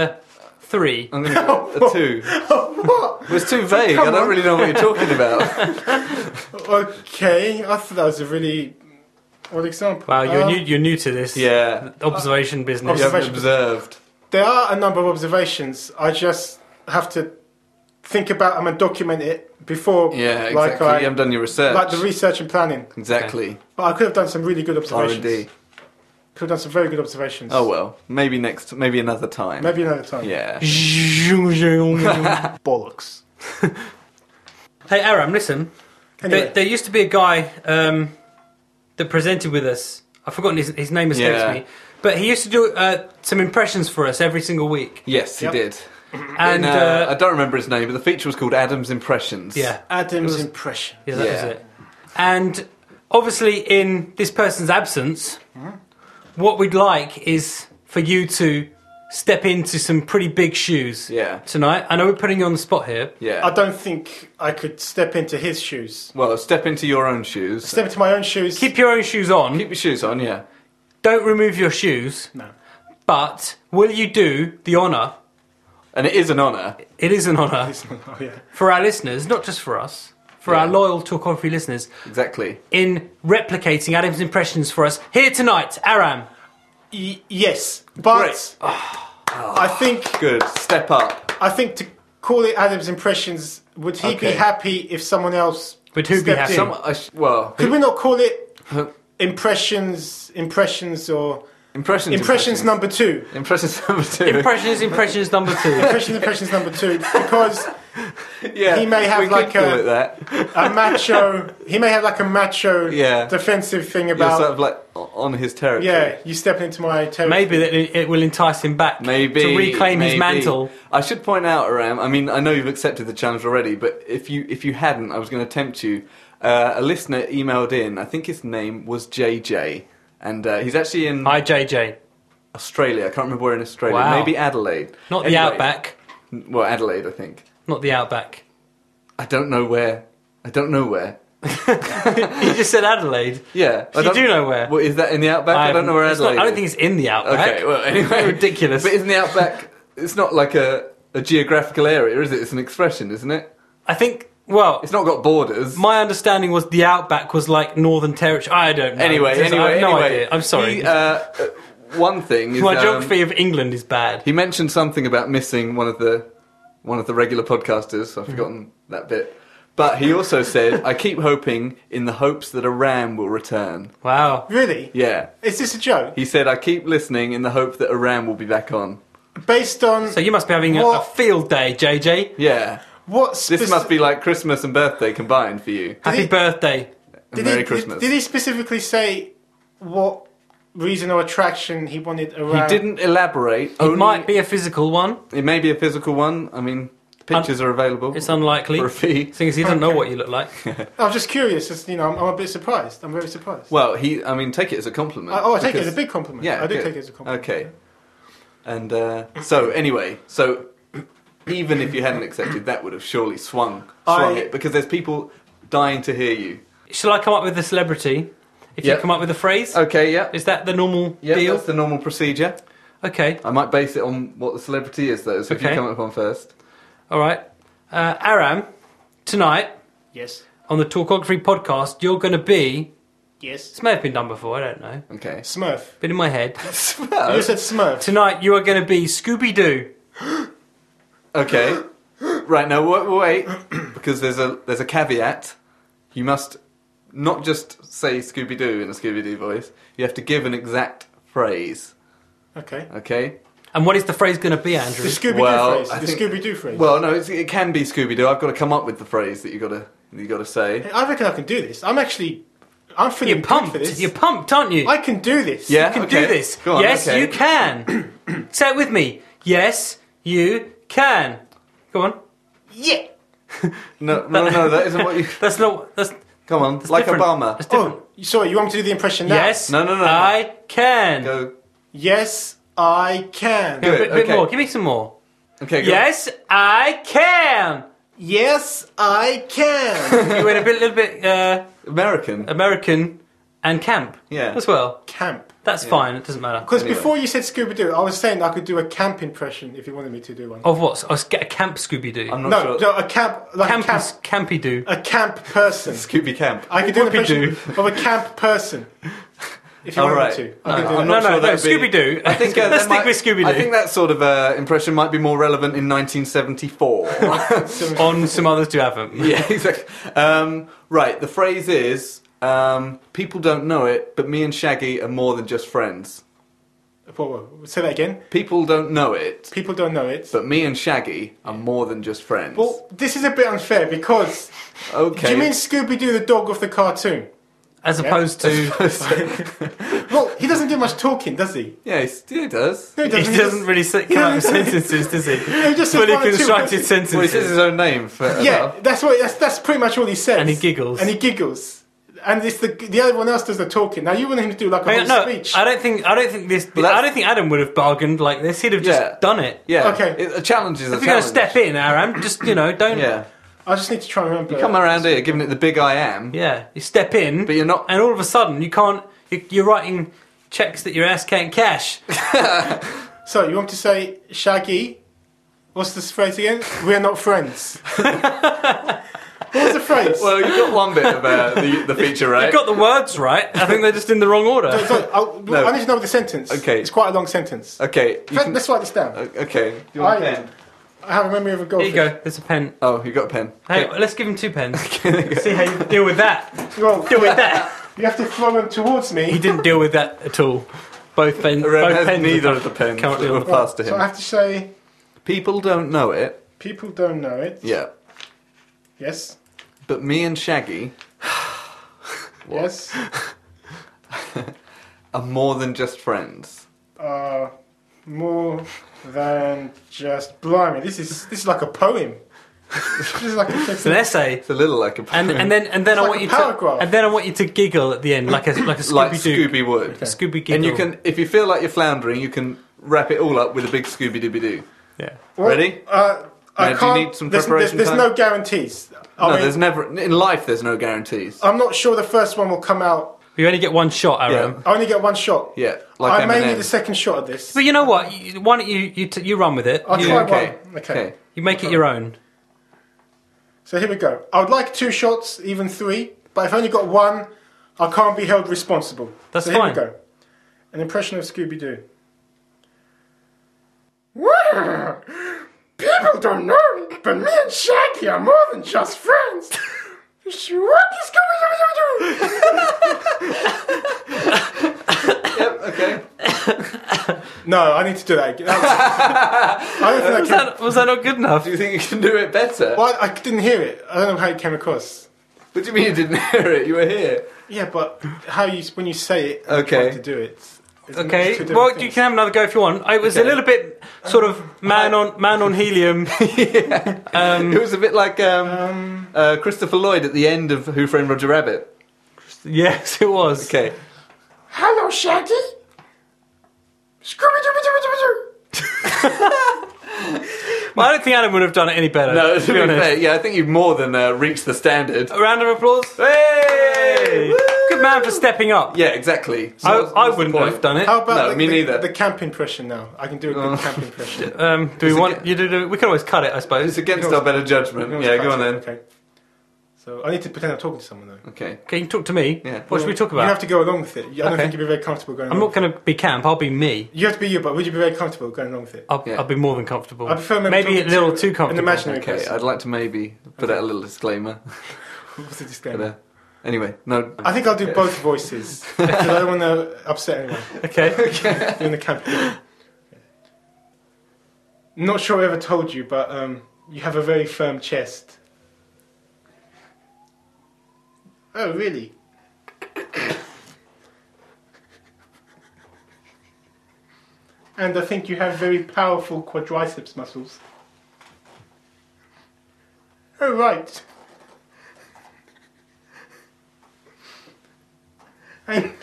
B: three.
A: I'm gonna give a two.
C: what?
A: It was too vague. I
C: Come
A: don't
C: on.
A: really know what you're talking about.
C: <laughs> Okay, I thought that was a really odd example.
B: Wow, you're
C: Um,
B: new. You're new to this.
A: yeah.
B: Observation business.
A: You haven't
C: Observation.
A: observed.
C: There are a number of observations. I just have to think about them and document it before.
A: Yeah, exactly.
C: like I,
A: you haven't done your research.
C: like the research and planning.
A: exactly.
C: But I could have done some really good observations.
A: R&D.
C: Could have done some very good observations.
A: Oh well, maybe next, maybe another time.
C: Maybe another time.
A: <laughs> Yeah.
C: Bollocks.
B: <laughs> Hey, Aram, listen.
C: Anyway,
B: There, there used to be a guy um, that presented with us. I've forgotten his, his name escapes
A: Yeah.
B: me. But he used to do uh, some impressions for us every single week.
A: Yes, he
C: Yep.
A: did.
B: And
A: In, uh, I
B: uh,
A: don't remember his name, but the feature was called Adam's Impressions.
B: yeah,
C: Adam's impression.
B: yeah, that
A: Yeah.
B: was it. And obviously,
A: Mm-hmm.
B: in this person's absence, what we'd like is for you to step into some pretty big shoes
A: Yeah.
B: tonight. I know we're putting you on the spot here.
A: Yeah.
C: I don't think I could step into his shoes.
A: well, step into your own shoes.
C: Step into my own shoes.
B: Keep your own shoes on.
A: Keep your shoes on, yeah.
B: Don't remove your shoes.
C: no. <laughs>
B: But will you do the honour?
A: And it is an honour.
B: It is an honour
C: It's not- oh, yeah.
B: for our listeners, not just for us, for our
A: Yeah.
B: loyal Talk of Free listeners,
A: Exactly.
B: in replicating Adam's impressions for us here tonight. Aram,
C: Y- yes, but
A: Great.
C: <sighs> I think
A: Good. Step up.
C: I think to call it Adam's impressions. Would he
A: Okay.
C: be happy if someone else?
B: Would who be
C: stepped
B: happy?
C: in?
A: Some, Um, I sh- well,
C: Could we not call it
A: impressions,
C: impressions, impressions, or
A: impressions.
C: impressions number two?
A: Impressions number two.
B: impressions, impressions number two.
A: <laughs>
C: Impressions, impressions number two, because
A: yeah,
C: he may have
A: we could
C: like
A: call
C: a-
A: it that.
C: a macho. He may have like a macho
A: Yeah.
C: defensive thing
A: You're sort
C: about.
A: of like o- on his territory.
C: Yeah, you stepping into my territory.
B: Maybe that it it will entice him back
A: Maybe
B: to reclaim
A: maybe.
B: his mantle.
A: I should point out, Aram. I mean, I know you've accepted the challenge already, but if you if you hadn't, I was going to tempt you. Uh, a listener emailed in. I think his name was JJ, and uh, he's actually in
B: Hi, JJ.
A: Australia. I can't remember where in Australia.
B: Wow.
A: Maybe Adelaide.
B: Not the
A: Anyway,
B: outback.
A: n- Well, Adelaide, I think.
B: Not the outback. <laughs>
A: I don't know where. I don't know where.
B: You just said Adelaide.
A: Yeah, I
B: You
A: don't-
B: do know where.
A: Well, is that in the outback? I, don't know where
B: it's not-
A: Adelaide.
B: I don't
A: is.
B: think it's in the outback.
A: Okay, well,
B: <laughs>
A: anyway.
B: Ridiculous.
A: But isn't the outback? It's not like a, a geographical area, is it? It's an expression, isn't it?
B: I think. Well,
A: It's not got borders.
B: my understanding was the outback was like Northern Territory. I don't know.
A: anyway,
B: Just-
A: anyway,
B: I have no
A: anyway.
B: idea. I'm sorry.
A: He, uh, uh, one thing is
B: My
A: um,
B: geography of England is bad.
A: He mentioned something about missing one of the one of the regular podcasters.
B: Mm-hmm.
A: I've forgotten that bit. But he also said, "I keep hoping in the hopes that a ram will return."
B: Wow.
C: really.
A: Yeah.
C: Is this a joke?
A: He said, "I keep listening in the hope that a ram will be back on."
C: Based on
B: So you must be having a, a
C: What?
B: field day, JJ.
A: Yeah.
C: what?
A: This
C: speci-
A: must be like Christmas and birthday combined for you.
B: Happy
C: he-
B: birthday.
A: And
C: Did
A: Merry
C: he, did-
A: Christmas.
C: Did, he specifically say what reason or attraction he wanted
A: He
C: around?
A: didn't elaborate.
B: It might be a physical one.
A: It may be a physical one. I mean, pictures are available.
B: It's unlikely.
A: for a fee.
B: Seeing as he doesn't know
C: Okay.
B: what you look like.
C: I was just curious. As, you know, I'm, I'm a bit surprised. I'm very surprised.
A: Well, he. I mean, take it as a compliment.
C: I, oh, I take it
A: because-
C: as a big compliment.
A: Yeah,
C: I do
A: good.
C: take it as a compliment.
A: Okay. And uh, so, anyway, so even if you hadn't accepted, that would have surely swung, swung
C: I-
A: it because there's people dying to hear you.
B: Shall I come up with a celebrity? If
A: Yep.
B: you come up with a phrase,
A: Okay. Yeah.
B: is that the normal
A: Yeah,
B: deal?
A: that's the normal procedure.
B: Okay.
A: I might base it on what the celebrity is, though. So if you
B: Okay.
A: come up with one first,
B: All right. Uh, Aram, tonight
C: Yes.
B: on the Talkography podcast, you're going to be.
C: Yes.
B: This may have been done before. I don't know.
A: okay. <laughs>
C: Smurf.
B: Been in my head. <laughs>
A: uh,
C: You just said Smurf.
B: Tonight you are going to be Scooby Doo.
A: Okay. Right now, wa- wait, because there's a there's a caveat. You must not just say Scooby Doo in a Scooby Doo voice. You have to give an exact phrase.
C: Okay.
A: Okay.
B: And what is the phrase going to be,
C: The
B: Andrew?
C: Scooby Doo
A: Well,
C: phrase.
A: I
C: The
A: think-
C: Scooby Doo phrase.
A: Well, no, it's, it can be Scooby Doo. I've got to come up with the phrase that you got to you got to say.
C: I reckon I can do this. I'm actually. I'm feeling
B: You're
C: good
B: pumped.
C: for this.
B: You're pumped, aren't you?
C: I can do this.
A: Yeah.
B: you can
A: okay.
B: do this.
A: Go on,
B: yes,
A: okay.
B: you can.
A: <clears throat>
B: Say it with me. Yes, you can. Go on.
C: Yeah.
A: No, no, no, that isn't what
B: <laughs>
A: you.
B: That's not. That's,
A: Come on, like
B: different.
A: Obama.
B: That's different.
C: Oh, sorry. You want me to do the impression now?
B: Yes.
A: No, no, no, no.
B: I can. Go
A: Go.
C: Yes, I can.
B: a
A: Good,
B: bit, bit
A: okay.
B: more. Give me some more.
A: Okay. Go.
B: Yes, I can.
C: Yes, I
A: <laughs>
C: can.
B: You went a bit, little bit uh,
A: American.
B: American and camp.
A: Yeah.
B: As well.
C: Camp.
B: That's fine. It doesn't matter.
C: Because
A: Anyway.
C: before you said Scooby Doo, I was saying I could do a camp impression if you wanted me to do one.
B: Of what? A, a camp Scooby Doo.
A: Oh, I'm not
C: no,
A: sure.
C: no, a camp, like
B: Camp,
C: a camp,
B: campy Doo.
C: a camp person.
A: Scooby Camp.
C: I could do an
A: Whoopie-doo.
C: impression of a camp person. If you
A: All
C: wanted
A: right.
C: me to,
A: No,
C: I could do
A: I'm
B: No,
C: that.
A: not sure
B: no, no.
A: that'd be-
B: Scooby Doo.
A: I think uh,
B: <laughs> let's
A: that
B: stick with
A: might-
B: Scooby Doo.
A: I think that sort of uh, impression might be more relevant in
B: <laughs>
A: 1974.
B: on some others who haven't.
A: yeah, <laughs> exactly. Um, right, the phrase is um, people don't know it, but me and Shaggy are more than just friends.
C: Whoa, whoa, Say that again.
A: People don't know it,
C: People don't know it.
A: but me and Shaggy are more than just friends.
C: well, this is a bit unfair because
A: okay.
C: do
A: <laughs>
C: you mean Scooby Doo, the dog of the cartoon?
B: As opposed to.
C: Well, he doesn't do much talking, does he?
A: yeah, he still
C: <laughs>
A: does.
C: No, he
B: He
C: doesn't.
B: doesn't really say, come out with sentences, does he?
C: he just says
B: Fully
C: one or two
B: constructed
C: words.
B: sentences.
A: Well, he says his own name. For
C: Yeah, that's what. That's, that's pretty much all he says.
B: And he giggles.
C: And he giggles. and it's the the other one else does the talking. Now you want him to do like a
B: I
C: whole
B: don't, no,
C: speech.
B: I don't think I don't think this.
A: Well, that's-
B: I don't think Adam would have bargained like this. He'd have just
A: Yeah.
B: done it.
A: Yeah.
C: Okay.
A: It, a challenge is a
B: If you're
A: challenge.
B: going to step in, Aram, just you know, don't.
A: Yeah.
C: I just need to try and remember.
A: You come around here giving it the big I am,
B: yeah. You step in,
A: but you're not.
B: and all of a sudden you can't. You, you're writing checks that your ass can't cash.
C: So you want to say Shaggy? What's this phrase again? We're not friends.
A: <laughs>
C: what was the phrase?
A: Well, you've got one bit of uh, the, the feature, right?
B: You got the words right. I think they're just in the wrong
C: So-
B: order.
C: so, I'll-
A: No.
C: I need to know the sentence.
A: Okay.
C: It's quite a long sentence.
A: okay. You
C: Let-
A: can, uh,
C: Let's write this down.
A: okay. Do you
C: I- I have a memory of
B: <laughs>
C: a
B: Here
C: goldfish.
B: you go. There's a pen.
A: Oh, you got a pen.
B: Hey, let's give him
A: <laughs>
B: two pens. See how you deal with that.
C: Well,
B: Deal with that.
C: you have to throw them towards me.
B: He didn't deal with that at all. Both pens.
A: Ren
B: Both
A: has
B: pens.
A: neither of the pens
B: Currently
A: that
B: on
A: were
B: the
C: Right,
A: passed to
C: So I
A: him.
C: have to say,
A: People don't know it.
C: people don't know it.
A: Yeah.
C: Yes.
A: But me and Shaggy
C: Yes.
A: are more than just friends.
C: Uh, more than just blimey. This is this is like a poem. <laughs> this is like a
B: It's an essay.
A: It's a little like a <laughs>
B: And, and then and then
C: It's
B: I
C: like
B: want
C: a
B: you to
C: paragraph.
B: and then I want you to giggle at the end like a like a Scooby
A: <clears throat> like
B: Doo
A: Scooby Wood.
B: Scooby giggle.
A: And you can, if you feel like you're floundering, you can wrap it all up with a big Scooby Dooby Doo.
B: yeah.
C: Well,
A: Ready?
C: Uh, I
A: Now, do you
C: can't.
A: need some
C: there's,
A: preparation
C: there's,
A: time?
C: there's no guarantees. I
A: no,
C: mean,
A: there's never in life. There's no guarantees.
C: I'm not sure the first one will come out.
B: You only get one shot, Aram.
A: Yeah.
C: I only get one shot.
A: yeah, like
C: I may need a
A: Eminem.
C: second shot of this.
B: But you know what? You, why don't you you, t- you run with it?
C: I'll
B: You,
C: try
A: Okay,
C: one. Okay.
A: okay.
B: you make it your own.
C: So here we go. I would like two shots, even three, but if I only got one, I can't be held responsible.
B: That's
C: so here
B: fine.
C: we go. An impression of Scooby Doo. People don't know it, but me and Shaggy are more than just friends. <laughs> What is Scooby Doo
A: Yep, okay.
C: No, I need to do that again. I
B: <laughs>
C: don't
B: Was
C: think I can.
B: that, was that not good enough?
A: Do you think you can do it better?
C: Well, I didn't hear it. I don't know how it came across.
A: What do you mean you didn't hear it? You were here.
C: Yeah, but how you when you say it, and
A: Okay.
C: try to do it. it's- it's two
B: Okay.
C: different
B: Well, you
C: things.
B: can have another go if you want. It was a
A: Okay.
B: little bit sort of man on man on helium. <laughs> um,
A: It was a bit like um,
C: Um,
A: uh, Christopher Lloyd at the end of Who Framed Roger Rabbit.
B: yes, it was.
A: Okay.
C: Hello, Shaggy. Scooby Dooby Dooby Dooby Doo.
B: Well, I don't think Adam would have done it any better.
A: No,
B: to
A: Uh, to
B: be
A: be
B: honest. Oh,
A: fair, yeah, I think you've more than uh, reached the standard.
B: A round of applause.
A: Hey!
B: Good man for stepping up.
A: Yeah, exactly. So what's-
B: I, I
A: what's the
B: wouldn't
A: point?
B: have done it.
C: How about
A: No,
C: the,
A: me
C: the-
A: neither. Oh.
C: The camp impression now. I can do a good
A: <laughs>
C: camp impression.
B: Um, do we
A: Is it
B: want
A: ge-
B: you to do? We can always cut it, I
A: It's
B: suppose.
A: against our better judgment. Yeah, go on then.
C: Okay. So I need to pretend I'm talking to someone though.
A: Okay.
B: Okay, you can talk to me.
A: Yeah.
B: What should we talk about?
C: You have to go along with it. I don't
B: Okay.
C: think you'd be very comfortable going.
B: I'm
C: along.
B: not going to be camp. I'll be me.
C: You have to be you, but would you be very comfortable going along with it? <laughs>
B: I'll,
A: Yeah.
B: I'll be more than comfortable.
C: I prefer maybe
B: Maybe a
C: talking
B: little
C: to
B: too
C: an
B: comfortable.
C: imaginary-
A: Okay,
C: Person.
A: I'd like to maybe put out a little disclaimer.
C: What's the
A: But,
C: disclaimer?
A: uh, anyway, no.
C: I think I'll do
A: Okay.
C: both voices because I don't want to upset anyone
A: <laughs>
B: Okay. <laughs>
C: <laughs> doing the camp. Not sure I ever told you, but um, you have a very firm chest. Oh, really? and I think you have very powerful quadriceps muscles. Oh, right. And.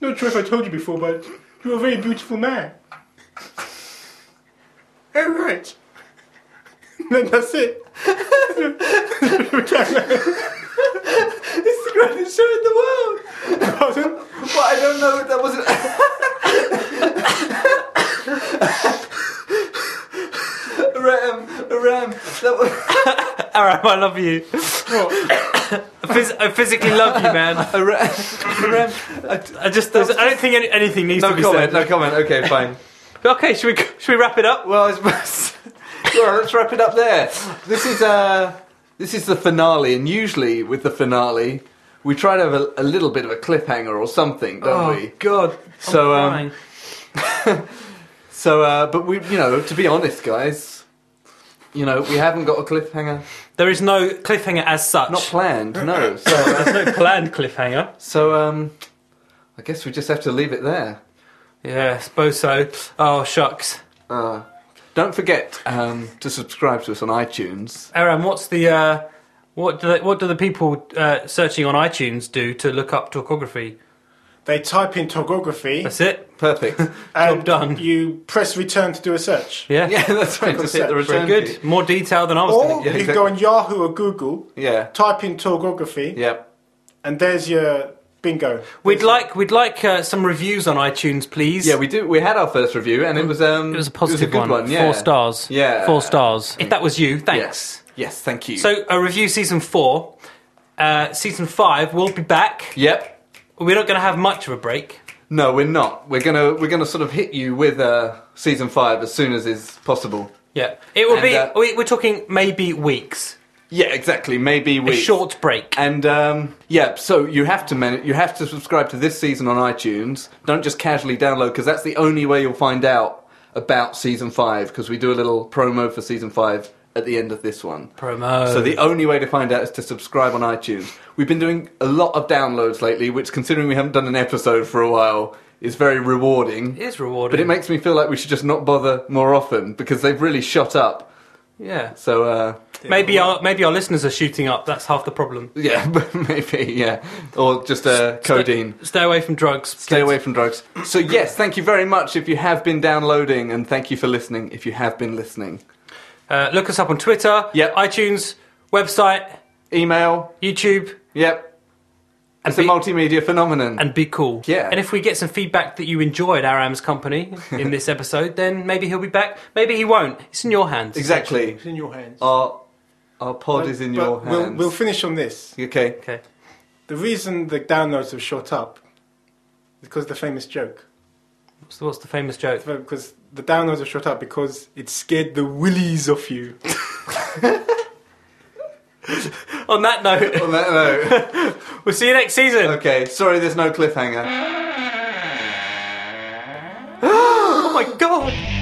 C: Not sure if I told you before, but you're a very beautiful man. Oh, right. Then that's it.
A: It's the greatest show in the world.
C: Pardon?
A: But I don't know if that wasn't. Ram, Ram, that was.
B: Aram, I love you.
C: What?
B: I, <coughs> phys- I physically love
A: <laughs>
B: you, man.
A: Ram, Ram.
B: I just. there's- I don't think any, anything needs to
A: No
B: be
A: comment, no comment. Okay, fine.
B: said. Okay. Should we? Should we wrap it up?
A: Well, I suppose. <laughs> Well, let's wrap it up there. This is uh, this is the finale, and usually with the finale, we try to have a, a little bit of a cliffhanger or something, don't
B: oh
A: we?
B: God. I'm
A: So, um,
B: crying.
A: So, uh, but we, you know, to be honest, guys, you know, we haven't got a cliffhanger,
B: there is no cliffhanger as such.
A: not planned, no. So, uh,
B: There's no planned cliffhanger.
A: so um, I guess we just have to leave it there.
B: Yeah, I suppose so. Oh shucks.
A: Uh, Don't forget um, to subscribe to us on iTunes.
B: Aaron, what's the uh, what do the, what do the people uh, searching on iTunes do to look up topography?
C: They type in topography
B: That's it.
A: Perfect.
C: and
B: job done.
C: you press return to do a search.
A: <laughs>
B: Yeah, Oh.
A: yeah, that's right. Just hit the return.
B: Very good.
A: key.
B: More detail than I was.
C: Or
B: gonna get.
C: you go on Yahoo or Google,
A: Yeah.
C: type in topography,
A: Yeah.
C: and there's your bingo.
B: We'd like we'd like uh, some reviews on iTunes, please.
A: Yeah, we do. We had our first review, and it was um,
B: it was a positive
A: good
B: one.
A: one. yeah.
B: Four stars.
A: Yeah.
B: four stars. If that was you, thanks.
A: Yes. Yes. Thank you.
B: So, a review season four, uh, season five. We'll be back.
A: Yep.
B: We're not going to have much of a break.
A: No, we're not. We're gonna we're gonna sort of hit you with uh, season five as soon as is possible.
B: Yeah, it will
A: And,
B: be.
A: uh,
B: we, we're talking maybe weeks.
A: Yeah, exactly. Maybe we
B: A short break.
A: And um, yeah, so you have to man- you have to subscribe to this season on iTunes. Don't just casually download because that's the only way you'll find out about season five. Because we do a little promo for season five at the end of this one.
B: Promo.
A: So the only way to find out is to subscribe on iTunes. We've been doing a lot of downloads lately, which, considering we haven't done an episode for a while, is very rewarding.
B: It is rewarding.
A: But it makes me feel like we should just not bother more often because they've really shot up.
B: yeah.
A: So uh,
B: Maybe our maybe our listeners are shooting up. That's half the problem.
A: yeah, <laughs> maybe yeah, or just uh, codeine.
B: Stay, stay away from drugs.
A: Stay away from drugs. So, yes, thank you very much if you have been downloading, and thank you for listening if you have been listening.
B: Uh, look us up on Twitter.
A: Yep.
B: iTunes website,
A: Email,
B: YouTube,
A: yep.
B: and
A: It's a
B: be,
A: multimedia phenomenon.
B: and be cool.
A: Yeah.
B: And if we get some feedback that you enjoyed Aram's
A: <laughs>
B: company in this episode, then maybe he'll be back. Maybe he won't. It's in your hands.
A: exactly.
C: It's in your hands.
A: Our, our pod is in
C: But
A: your hands.
C: we'll- we'll finish on this.
A: <laughs> Okay.
B: Okay.
C: The reason the downloads have shot up is because of the famous joke.
B: So what's the famous joke?
C: Because the downloads have shot up because it scared the willies off you.
B: On that note, <laughs>
A: On that note,
B: we'll see you next season.
A: okay. Sorry, there's no cliffhanger.
B: Oh my god.